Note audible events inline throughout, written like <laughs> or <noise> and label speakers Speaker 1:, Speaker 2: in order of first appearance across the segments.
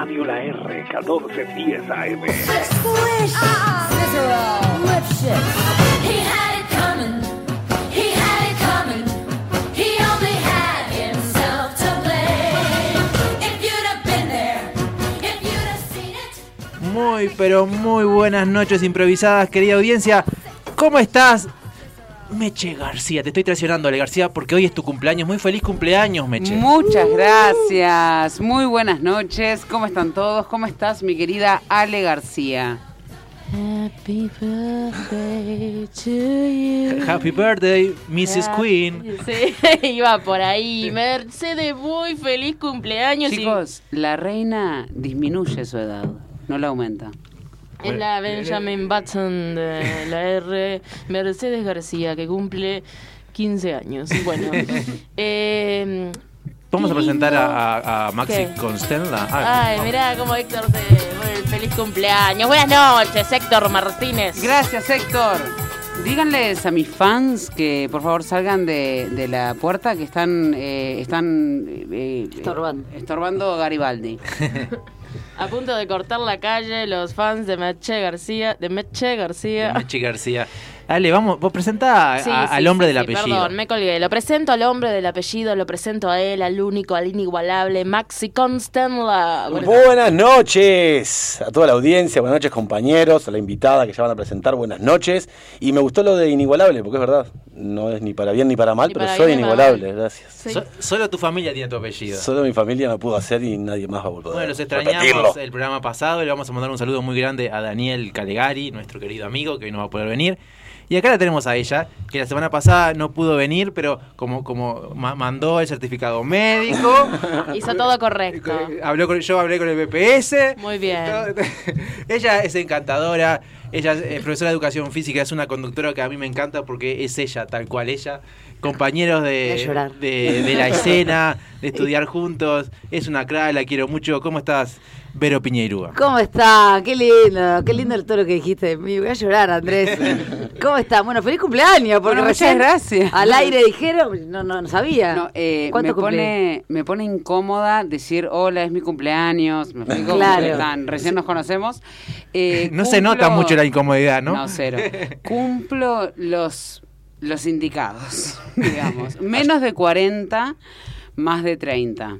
Speaker 1: la R1410 AM.
Speaker 2: He had it coming. He had it coming. He only had himself to blame. If you'd have been there, if you'd have seen it.
Speaker 3: Muy, pero muy buenas noches improvisadas, querida audiencia. ¿Cómo estás? Meche García, te estoy traicionando, Ale García, porque hoy es tu cumpleaños. Muy feliz cumpleaños, Meche.
Speaker 4: Muchas gracias. Muy buenas noches. ¿Cómo están todos? ¿Cómo estás, mi querida Ale García?
Speaker 5: Happy birthday to you.
Speaker 3: <laughs> Happy birthday, Mrs.
Speaker 5: Ah.
Speaker 3: Queen.
Speaker 5: Sí, <laughs> iba por ahí. Mercedes, muy feliz cumpleaños. y-
Speaker 4: Chicos, la reina disminuye su edad, no la aumenta.
Speaker 5: es la
Speaker 3: eh,
Speaker 5: Benjamin Button de la R. Mercedes García, que cumple 15 años.
Speaker 3: <laughs>
Speaker 5: Bueno, eh,
Speaker 3: Vamos a
Speaker 5: qué
Speaker 3: presentar
Speaker 5: lindo.
Speaker 3: a, a- a Maxi Ah,
Speaker 5: ¿Qué? Ah,
Speaker 3: Constenla.
Speaker 5: Ay, mirá cómo Héctor se. bueno, feliz cumpleaños. Buenas noches, Héctor Martínez.
Speaker 4: Gracias, Héctor. Díganles a mis fans que por favor salgan de, de la puerta que están, eh, están eh, eh,
Speaker 6: Estorbando.
Speaker 4: estorbando Garibaldi.
Speaker 5: A punto de cortar la calle, los fans de Meche García. De Meche García.
Speaker 3: Meche García. Ale, vamos, vos presentá a-
Speaker 5: Sí,
Speaker 3: a-
Speaker 5: sí,
Speaker 3: al hombre
Speaker 5: sí,
Speaker 3: del
Speaker 5: sí,
Speaker 3: apellido.
Speaker 5: Perdón, me colgué. Lo presento al hombre del apellido, lo presento a él, al único, al inigualable, Maxi Constanla. Bueno,
Speaker 7: Buenas noches a toda la audiencia, buenas noches compañeros, a la invitada que ya van a presentar, buenas noches. Y me gustó lo de inigualable, porque es verdad, no es ni para bien ni para mal,
Speaker 5: Ni
Speaker 7: pero
Speaker 5: para
Speaker 7: soy
Speaker 5: bien ni para
Speaker 7: inigualable,
Speaker 5: mal.
Speaker 7: gracias.
Speaker 5: sí.
Speaker 3: So- solo tu familia tiene tu apellido.
Speaker 7: Solo mi familia no pudo hacer y nadie más va a poder
Speaker 3: Bueno, los extrañamos
Speaker 7: eh, repetirlo.
Speaker 3: el programa pasado. Le vamos a mandar un saludo muy grande a Daniel Calegari, nuestro querido amigo, que hoy no va a poder venir. Y acá la tenemos a ella, que la semana pasada no pudo venir, pero como, como ma- mandó el certificado médico,
Speaker 5: <laughs> hizo todo correcto.
Speaker 3: eh, habló con, yo hablé con el BPS.
Speaker 5: Muy bien.
Speaker 3: <laughs> ella es encantadora, ella es eh, profesora de educación física, es una conductora que a mí me encanta porque es ella, tal cual ella. Compañeros
Speaker 6: Voy a
Speaker 3: de,
Speaker 6: llorar.
Speaker 3: de, de la escena, de estudiar juntos. Es una cra, la quiero mucho. ¿Cómo estás, Vero Piñeirúa?
Speaker 6: ¿Cómo está? Qué lindo, qué lindo todo lo que dijiste de mí. Voy a
Speaker 4: <laughs>
Speaker 6: llorar, Andrés. ¿Cómo está? Bueno, feliz cumpleaños, porque
Speaker 4: Bueno, muchas
Speaker 6: recién
Speaker 4: gracias.
Speaker 6: Al aire dijeron, no, no, no sabía.
Speaker 4: No, eh,
Speaker 6: Ah, ¿Cuánto
Speaker 4: me,
Speaker 6: cumplí?
Speaker 4: pone, me pone incómoda decir, hola, es mi cumpleaños. Me explico,
Speaker 6: Claro.
Speaker 4: Porque están- recién nos conocemos. Eh,
Speaker 3: No se
Speaker 4: cumplo-
Speaker 3: nota mucho la incomodidad, ¿no? <laughs>
Speaker 4: No, cero. Cumplo los, los indicados, digamos. Menos de 40, más de 30.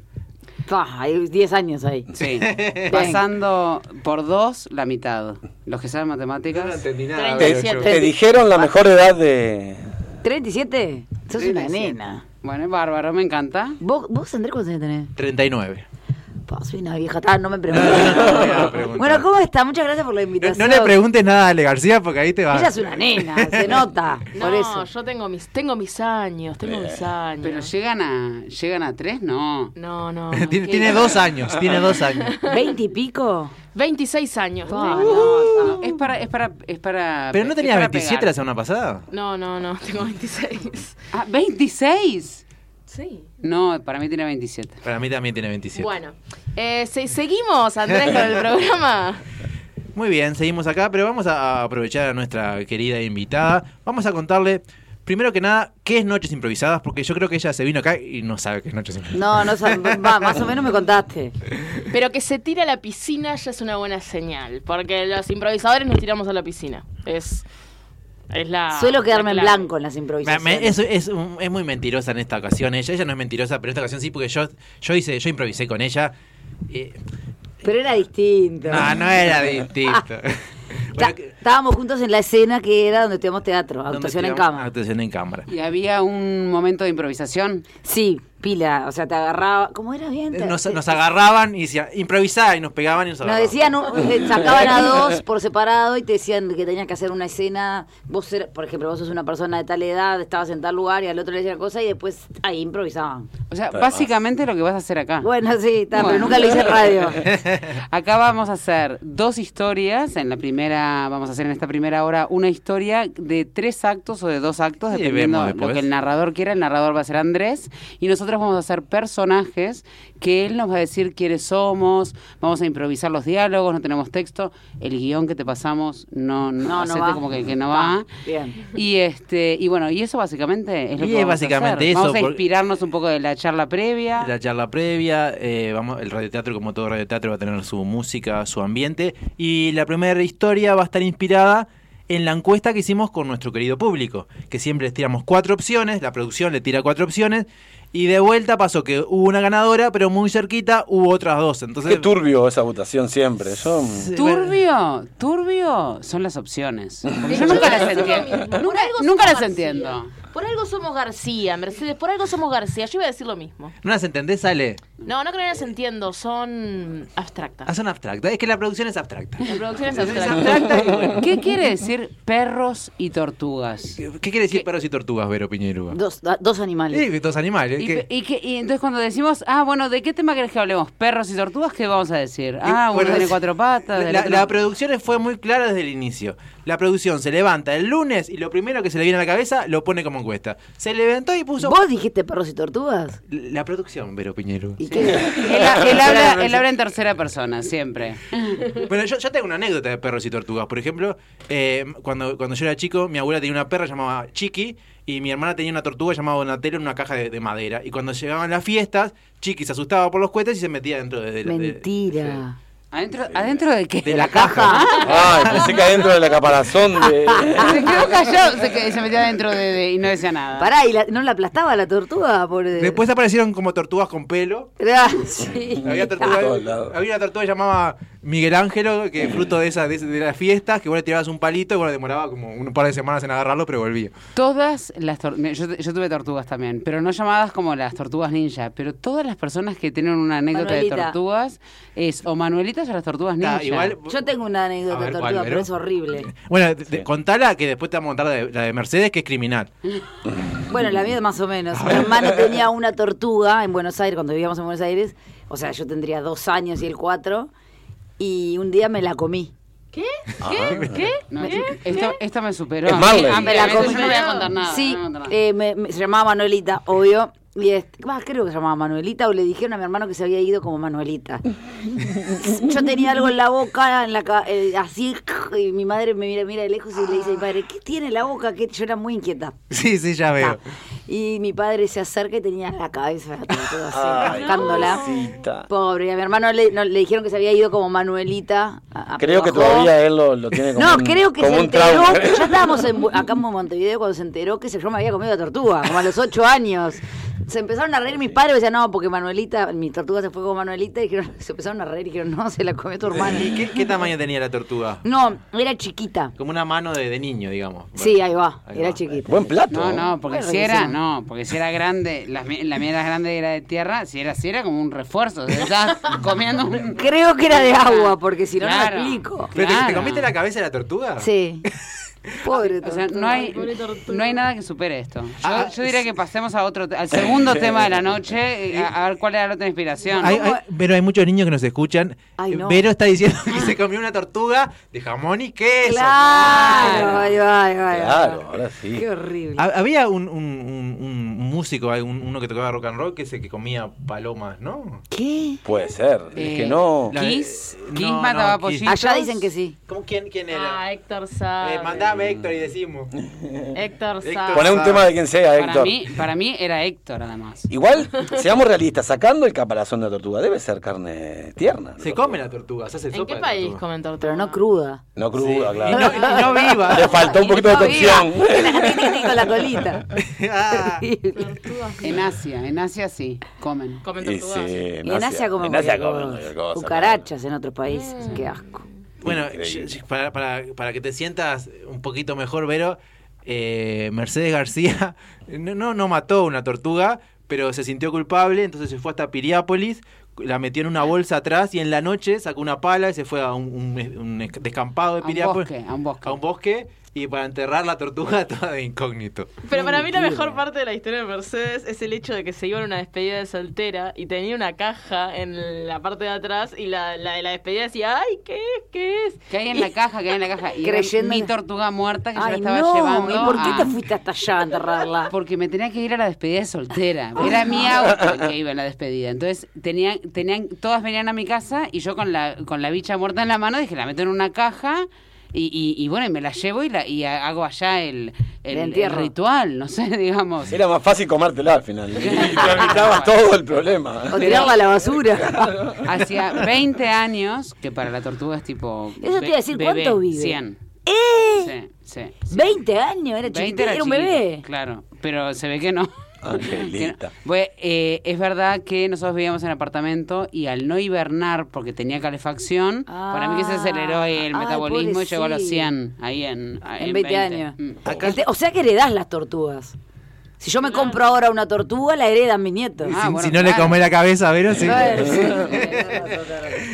Speaker 6: Pa, hay 10 años ahí.
Speaker 3: <laughs>
Speaker 4: Sí. Pasando por dos, la mitad. Los que saben matemáticas.
Speaker 5: nada,
Speaker 7: Te,
Speaker 5: 37.
Speaker 7: te dijeron la mejor edad de...
Speaker 6: ¿37? Sos una nena.
Speaker 4: Bueno, es bárbaro, me encanta.
Speaker 6: ¿Vos, vos Andrés, cuántos años tenés?
Speaker 3: 39.
Speaker 6: Pa, soy una vieja.
Speaker 3: <laughs>
Speaker 6: Ah, no me preguntes.
Speaker 3: No, no, no, no, no, pregunta.
Speaker 6: bueno, ¿cómo está? Muchas gracias por la
Speaker 3: No,
Speaker 6: invitación.
Speaker 3: no le preguntes nada a Ale García porque ahí te va.
Speaker 6: Ella
Speaker 3: <laughs>
Speaker 6: es una nena, se nota. por eso.
Speaker 5: No, yo tengo mis, tengo mis años, tengo mis años.
Speaker 4: Pero llegan a, llegan a tres, no.
Speaker 3: <laughs>
Speaker 5: No, no.
Speaker 3: Tiene,
Speaker 5: ¿qué?
Speaker 3: tiene dos años, tiene dos años.
Speaker 6: ¿20 y pico?
Speaker 5: 26 años.
Speaker 6: Pa,
Speaker 4: No,
Speaker 5: tengo.
Speaker 4: no, Ah, Es para, es para, es para.
Speaker 3: Pero no
Speaker 4: es
Speaker 3: tenías
Speaker 4: para
Speaker 3: 27 la
Speaker 4: pegar.
Speaker 3: semana pasada.
Speaker 5: No, no, no, <laughs> tengo 26.
Speaker 4: Ah, 26.
Speaker 5: Sí.
Speaker 4: No, para mí tiene 27.
Speaker 3: Para mí también tiene 27.
Speaker 5: Bueno, eh, ¿se- seguimos, Andrés,
Speaker 3: <laughs>
Speaker 5: con el programa.
Speaker 3: Muy bien, seguimos acá, pero vamos a aprovechar a nuestra querida invitada. Vamos a contarle, primero que nada, qué es Noches Improvisadas, porque yo creo que ella se vino acá y no sabe qué es Noches Improvisadas.
Speaker 6: No, no sab- va, más o menos me contaste.
Speaker 5: Pero que se tire a la piscina ya es una buena señal, porque los improvisadores nos tiramos a la piscina. Es, es la...
Speaker 6: Suelo quedarme en
Speaker 5: la clave.
Speaker 6: blanco en las
Speaker 3: Me-
Speaker 6: improvisaciones.
Speaker 3: me- es, es un- es muy mentirosa en esta ocasión. Ella, ella no es mentirosa, pero en esta ocasión sí, porque yo, yo hice, yo improvisé con ella. Eh,
Speaker 6: Pero era distinto.
Speaker 3: no, no era distinto. <laughs>
Speaker 6: Ta- estábamos juntos en la escena que era donde teníamos teatro, actuación en cama.
Speaker 3: Actuación en cámara.
Speaker 4: Y había un momento de improvisación.
Speaker 6: Sí, pila, o sea, te agarraba. ¿Cómo era bien? Te-
Speaker 3: Nos,
Speaker 6: te-
Speaker 3: nos agarraban y decían, improvisá, y nos pegaban y nos
Speaker 6: nos
Speaker 3: agarraban.
Speaker 6: decían, un- te sacaban a dos por separado y te decían que tenías que hacer una escena. Vos, ser- por ejemplo, vos sos una persona de tal edad, estabas en tal lugar y al otro le decían cosa y después ahí improvisaban.
Speaker 4: O sea, básicamente lo que vas a hacer acá.
Speaker 6: Bueno, sí, está, pero
Speaker 4: Bueno.
Speaker 6: nunca lo hice en radio.
Speaker 3: <laughs>
Speaker 4: Acá vamos a hacer dos historias. En la primera, vamos a hacer en esta primera hora una historia de tres actos o de dos actos,
Speaker 3: Sí,
Speaker 4: dependiendo
Speaker 3: vemos
Speaker 4: de
Speaker 3: después.
Speaker 4: lo que el narrador quiera. El narrador va a ser Andrés y nosotros nosotros vamos a hacer personajes que él nos va a decir quiénes somos, vamos a improvisar los diálogos, no tenemos texto, el guión que te pasamos no, no,
Speaker 6: No, no
Speaker 4: hacete
Speaker 6: va.
Speaker 4: como que, que no
Speaker 6: Va,
Speaker 4: va.
Speaker 6: bien.
Speaker 4: Y este, y bueno, y eso básicamente es lo
Speaker 3: Y es
Speaker 4: que vamos a
Speaker 3: básicamente
Speaker 4: hacer.
Speaker 3: eso,
Speaker 4: Vamos a
Speaker 3: porque-
Speaker 4: inspirarnos un poco de la charla previa.
Speaker 3: La charla previa, eh, vamos, el radioteatro, como todo radioteatro, va a tener su música, su ambiente. Y la primera historia va a estar inspirada en la encuesta que hicimos con nuestro querido público, que siempre les tiramos cuatro opciones, la producción le tira cuatro opciones, y de vuelta pasó que hubo una ganadora, pero muy cerquita hubo otras dos. Entonces,
Speaker 7: Qué turbio esa votación siempre. Yo, mm,
Speaker 3: Sí, bueno.
Speaker 4: Turbio, turbio son
Speaker 3: <laughs>
Speaker 4: las opciones. Porque yo nunca las entiendo. Nunca, nunca las entiendo.
Speaker 5: Por algo somos García, Mercedes, por algo somos García. Yo iba a decir lo mismo.
Speaker 3: ¿No las entendés, Ale?
Speaker 5: No, no creo que las entiendo, son abstractas.
Speaker 3: Ah, son abstractas. Es que la producción es abstracta.
Speaker 5: La producción
Speaker 3: Es
Speaker 5: es
Speaker 4: <laughs>
Speaker 5: abstracta.
Speaker 3: abstracta y bueno.
Speaker 4: ¿Qué quiere decir perros y tortugas?
Speaker 3: ¿Qué, qué quiere decir perros y tortugas, Vero Piñeruga?
Speaker 6: Dos, da- dos animales.
Speaker 3: Sí, dos animales.
Speaker 4: Y,
Speaker 3: que-
Speaker 4: pe- y que- y entonces cuando decimos, ah, bueno, ¿de qué tema querés que hablemos? Perros y tortugas, ¿qué vamos a decir? Ah, uno
Speaker 3: Eh, Bueno,
Speaker 4: tiene
Speaker 3: es-
Speaker 4: cuatro patas.
Speaker 3: La,
Speaker 4: del
Speaker 3: la-
Speaker 4: otro-
Speaker 3: la producción fue muy clara desde el inicio. La producción se levanta el lunes y lo primero que se le viene a la cabeza lo pone como encuesta. Se levantó y puso.
Speaker 6: ¿Vos dijiste perros y tortugas?
Speaker 3: La producción, Vero Piñero.
Speaker 6: ¿Y qué?
Speaker 4: Él, ha-
Speaker 3: <laughs>
Speaker 4: él habla, él habla en tercera persona, siempre.
Speaker 3: Bueno, yo, yo tengo una anécdota de perros y tortugas. Por ejemplo, eh, cuando, cuando yo era chico, mi abuela tenía una perra llamada Chiqui y mi hermana tenía una tortuga llamada Donatello en una caja de, de madera. Y cuando llegaban las fiestas, Chiqui se asustaba por los cohetes y se metía dentro de, de la. de-
Speaker 6: Mentira.
Speaker 4: ¿Adentro, ¿adentro <laughs> de qué?
Speaker 3: de la caja.
Speaker 7: Ay, pensé que adentro de la caparazón de.
Speaker 4: Ah, Se quedó callado, se, que- se metió adentro de, de- y no decía nada.
Speaker 6: Ah. Pará, ¿y la- no la aplastaba la tortuga? Por...
Speaker 3: Después aparecieron como tortugas con pelo.
Speaker 6: Ah, <laughs> sí.
Speaker 3: Había, tortuga-
Speaker 7: Por Mm. todos lados. Mm.
Speaker 3: había una tortuga llamada Miguel Ángelo, que fruto de esa de, esa- de las fiestas, que vos le tirabas un palito y bueno, demoraba como un par de semanas en agarrarlo, pero volvía.
Speaker 4: Todas las tortugas, yo, yo tuve tortugas también, pero no llamadas como las tortugas ninja, pero todas las personas que tienen una anécdota de
Speaker 6: Manuelita.
Speaker 4: tortugas es o manuelitas o las tortugas ninja.
Speaker 3: Está, igual-
Speaker 6: Yo tengo una
Speaker 3: A
Speaker 6: anécdota
Speaker 3: ver,
Speaker 6: de
Speaker 3: ¿cuál,
Speaker 6: tortuga,
Speaker 3: Vero?
Speaker 6: pero es horrible.
Speaker 3: Bueno, de- de- contala que después te vamos a contar la de, la de Mercedes, que es criminal. <laughs>
Speaker 6: Bueno, la mía más o menos. Mi hermano tenía una tortuga en Buenos Aires, cuando vivíamos en Buenos Aires. O sea, yo tendría dos años y él cuatro. Y un día me la comí.
Speaker 5: ¿Qué? ¿Qué? ¿Qué?
Speaker 4: No, esto, esto me superó.
Speaker 7: Es Marley.
Speaker 4: Ah,
Speaker 7: Me
Speaker 4: mira,
Speaker 5: la
Speaker 4: esto yo
Speaker 5: comí.
Speaker 4: no voy a contar nada. no
Speaker 6: Sí,
Speaker 4: voy a contar nada.
Speaker 6: eh, me- me- se llamaba Manuelita, obvio. Y este, bah, creo que se llamaba Manuelita o le dijeron a mi hermano que se había ido como
Speaker 7: <laughs>
Speaker 6: Manuelita. Yo tenía algo en la boca, en la ca- eh, así, y mi madre me mira, mira de lejos y le dice a mi padre, ¿qué tiene en la boca? Que yo era muy inquieta.
Speaker 3: Sí, sí, ya veo.
Speaker 6: Ah, Y mi padre se acerca y tenía la cabeza de la tortuga así,
Speaker 7: Ay,
Speaker 6: rascándola.
Speaker 7: pobrecita.
Speaker 6: Pobre, y a mi hermano le, no- le dijeron que se había ido como Manuelita. a- a-
Speaker 7: Creo que
Speaker 6: bajó.
Speaker 7: todavía él lo, lo tiene como
Speaker 6: No,
Speaker 7: un,
Speaker 6: creo que
Speaker 7: como
Speaker 6: se
Speaker 7: un
Speaker 6: enteró.
Speaker 7: trauma.
Speaker 6: Ya estábamos en Bu- acá en Montevideo cuando se enteró que se, yo me había comido la tortuga, como a los ocho años. Se empezaron a reír mis padres, decían, no, porque Manuelita, mi tortuga se fue con Manuelita, y dijeron, <laughs> se empezaron a reír y dijeron, no, se la comió tu hermana.
Speaker 3: ¿Y qué, qué tamaño tenía la tortuga?
Speaker 6: No, era chiquita.
Speaker 3: Como una mano de, de niño, digamos.
Speaker 6: Sí, ahí va,
Speaker 3: Ahí
Speaker 6: era
Speaker 3: va.
Speaker 6: chiquita.
Speaker 7: Buen plato.
Speaker 4: No, no, porque
Speaker 6: Bueno,
Speaker 4: si era,
Speaker 6: buenísimo.
Speaker 4: no, porque si era grande, la, mi- la mía era grande era de tierra, si era, si era como un refuerzo, o sea, estabas comiendo un...
Speaker 6: Creo que era de agua, porque si no,
Speaker 4: Claro.
Speaker 6: no lo explico.
Speaker 3: ¿Pero te- te,
Speaker 4: Claro.
Speaker 3: comiste la cabeza de la tortuga?
Speaker 7: <laughs>
Speaker 6: Sí. Pobre
Speaker 4: O sea,
Speaker 6: tortuga.
Speaker 4: no hay,
Speaker 5: Pobre tortuga.
Speaker 4: no hay nada que supere esto. Yo,
Speaker 3: Ah,
Speaker 4: yo diría que pasemos a otro, te- al segundo tema de la noche, eh, a, a ver cuál era la otra inspiración.
Speaker 3: Hay- hay- pero hay muchos niños que nos escuchan.
Speaker 6: pues-
Speaker 3: Eh,
Speaker 6: Ay, no.
Speaker 3: Vero está diciendo
Speaker 6: <laughs>
Speaker 3: que se comió una tortuga de jamón y queso.
Speaker 6: Claro, ahí va, ahí va, ahí va.
Speaker 7: Claro, ahora sí. Ah.
Speaker 6: Qué horrible.
Speaker 3: Ha- Había un, un- un- un músico, hay un- uno que tocaba rock and roll, que es el que comía palomas, ¿no?
Speaker 6: ¿Qué?
Speaker 7: Puede ser.
Speaker 4: Eh,
Speaker 7: es que no.
Speaker 3: la-
Speaker 4: Kiss,
Speaker 3: No,
Speaker 4: Kiss
Speaker 3: no,
Speaker 4: mataba
Speaker 3: Kiss.
Speaker 4: pollitos.
Speaker 6: Allá dicen que sí.
Speaker 3: ¿Cómo, quién, quién
Speaker 5: Ah,
Speaker 3: era?
Speaker 5: Héctor
Speaker 3: Eh,
Speaker 5: Sá.
Speaker 3: mandame Héctor y
Speaker 5: <laughs>
Speaker 3: decimos.
Speaker 5: Héctor Sá.
Speaker 3: Héctor
Speaker 7: Poné un
Speaker 3: Sá.
Speaker 7: tema de quien sea,
Speaker 4: Para
Speaker 7: Héctor.
Speaker 4: mí, para mí era Héctor, además.
Speaker 7: Igual, seamos realistas, sacando el caparazón de la tortuga, debe ser carne tierna. ¿no?
Speaker 3: Se come la tortuga, se hace
Speaker 5: ¿En
Speaker 3: sopa
Speaker 5: qué
Speaker 3: de
Speaker 5: país
Speaker 3: tortuga.
Speaker 5: comen tortuga?
Speaker 6: Pero no cruda.
Speaker 7: No cruda,
Speaker 3: Sí.
Speaker 7: claro.
Speaker 3: Y no, y no viva.
Speaker 7: Le faltó un poquito de
Speaker 6: <laughs>
Speaker 7: cocción.
Speaker 6: Con
Speaker 7: <laughs>
Speaker 6: la colita.
Speaker 3: <laughs> Ah,
Speaker 5: Tortugas.
Speaker 4: En Asia, en Asia sí, <laughs> comen.
Speaker 5: Comen
Speaker 7: Y
Speaker 5: tortugas.
Speaker 7: sí,
Speaker 6: Y en Asia comen
Speaker 7: en Asia
Speaker 6: cualquier
Speaker 7: comen
Speaker 6: cosa.
Speaker 7: cualquier cosa,
Speaker 6: Cucarachas en otros
Speaker 4: Mm.
Speaker 6: países. Qué asco.
Speaker 3: bueno,
Speaker 7: Increíble.
Speaker 3: yo- yo- para, para, para que te sientas un poquito mejor, Vero, eh, Mercedes García <laughs> no, no, no mató una tortuga, pero se sintió culpable, entonces se fue hasta Piriápolis, la metió en una bolsa atrás y en la noche sacó una pala y se fue a un, un- un descampado de
Speaker 4: A un
Speaker 3: Piriápolis.
Speaker 4: bosque, a un bosque.
Speaker 3: a un bosque y para enterrar la tortuga <laughs> toda de incógnito.
Speaker 5: Pero para mí la mejor parte de la historia de Mercedes es el hecho de que se iba a una despedida de soltera y tenía una caja en la parte de atrás y la, la de la despedida decía, ay, ¿qué es? ¿Qué es?
Speaker 4: Que hay en la caja, que hay en la caja. Y era
Speaker 6: Creyendo-
Speaker 4: mi tortuga muerta que yo la
Speaker 6: Ay,
Speaker 4: estaba
Speaker 6: no,
Speaker 4: llevando.
Speaker 6: ¿y por qué
Speaker 4: a-
Speaker 6: te fuiste hasta allá
Speaker 4: <laughs>
Speaker 6: a enterrarla?
Speaker 4: Porque me tenía que ir a la despedida de soltera. Era mi
Speaker 6: Ah.
Speaker 4: auto el que iba a la despedida. Entonces, tenían, tenían, todas venían a mi casa y yo con la, con la bicha muerta en la mano dije, la meto en una caja y, y- y bueno, y me la llevo y, la, y ha- hago allá el, el-
Speaker 6: El entierro.
Speaker 4: el ritual, no sé, <laughs> digamos.
Speaker 7: Era más fácil comértela al final. Y te evitabas todo el problema.
Speaker 6: <laughs> O tirarla a la basura.
Speaker 4: Hacía 20 años, que para la tortuga es tipo...
Speaker 6: Eso te iba a decir,
Speaker 4: bebé,
Speaker 6: ¿cuánto vive?
Speaker 4: 100.
Speaker 6: <laughs> ¡Eh!
Speaker 4: Sí, sí.
Speaker 6: 20 años, era
Speaker 4: 20
Speaker 6: chiquitita, era, un
Speaker 4: chiquito,
Speaker 6: bebé.
Speaker 4: Claro, pero se ve que no.
Speaker 7: Angelita.
Speaker 4: Que no. <laughs> Bueno, eh, es verdad que nosotros vivíamos en apartamento y al no hibernar porque tenía calefacción,
Speaker 6: Ah.
Speaker 4: para mí que se aceleró el
Speaker 6: Ay,
Speaker 4: metabolismo y llegó a los
Speaker 6: pobrecito.
Speaker 4: 100 ahí en,
Speaker 6: En 20 años.
Speaker 4: Mm.
Speaker 3: Acá-
Speaker 6: Este- O sea que heredás las tortugas. Si yo me compro ahora una tortuga, la heredan mis nietos.
Speaker 4: Ah,
Speaker 3: si,
Speaker 4: bueno,
Speaker 3: si no le
Speaker 4: claro.
Speaker 3: comés la cabeza, pero sí.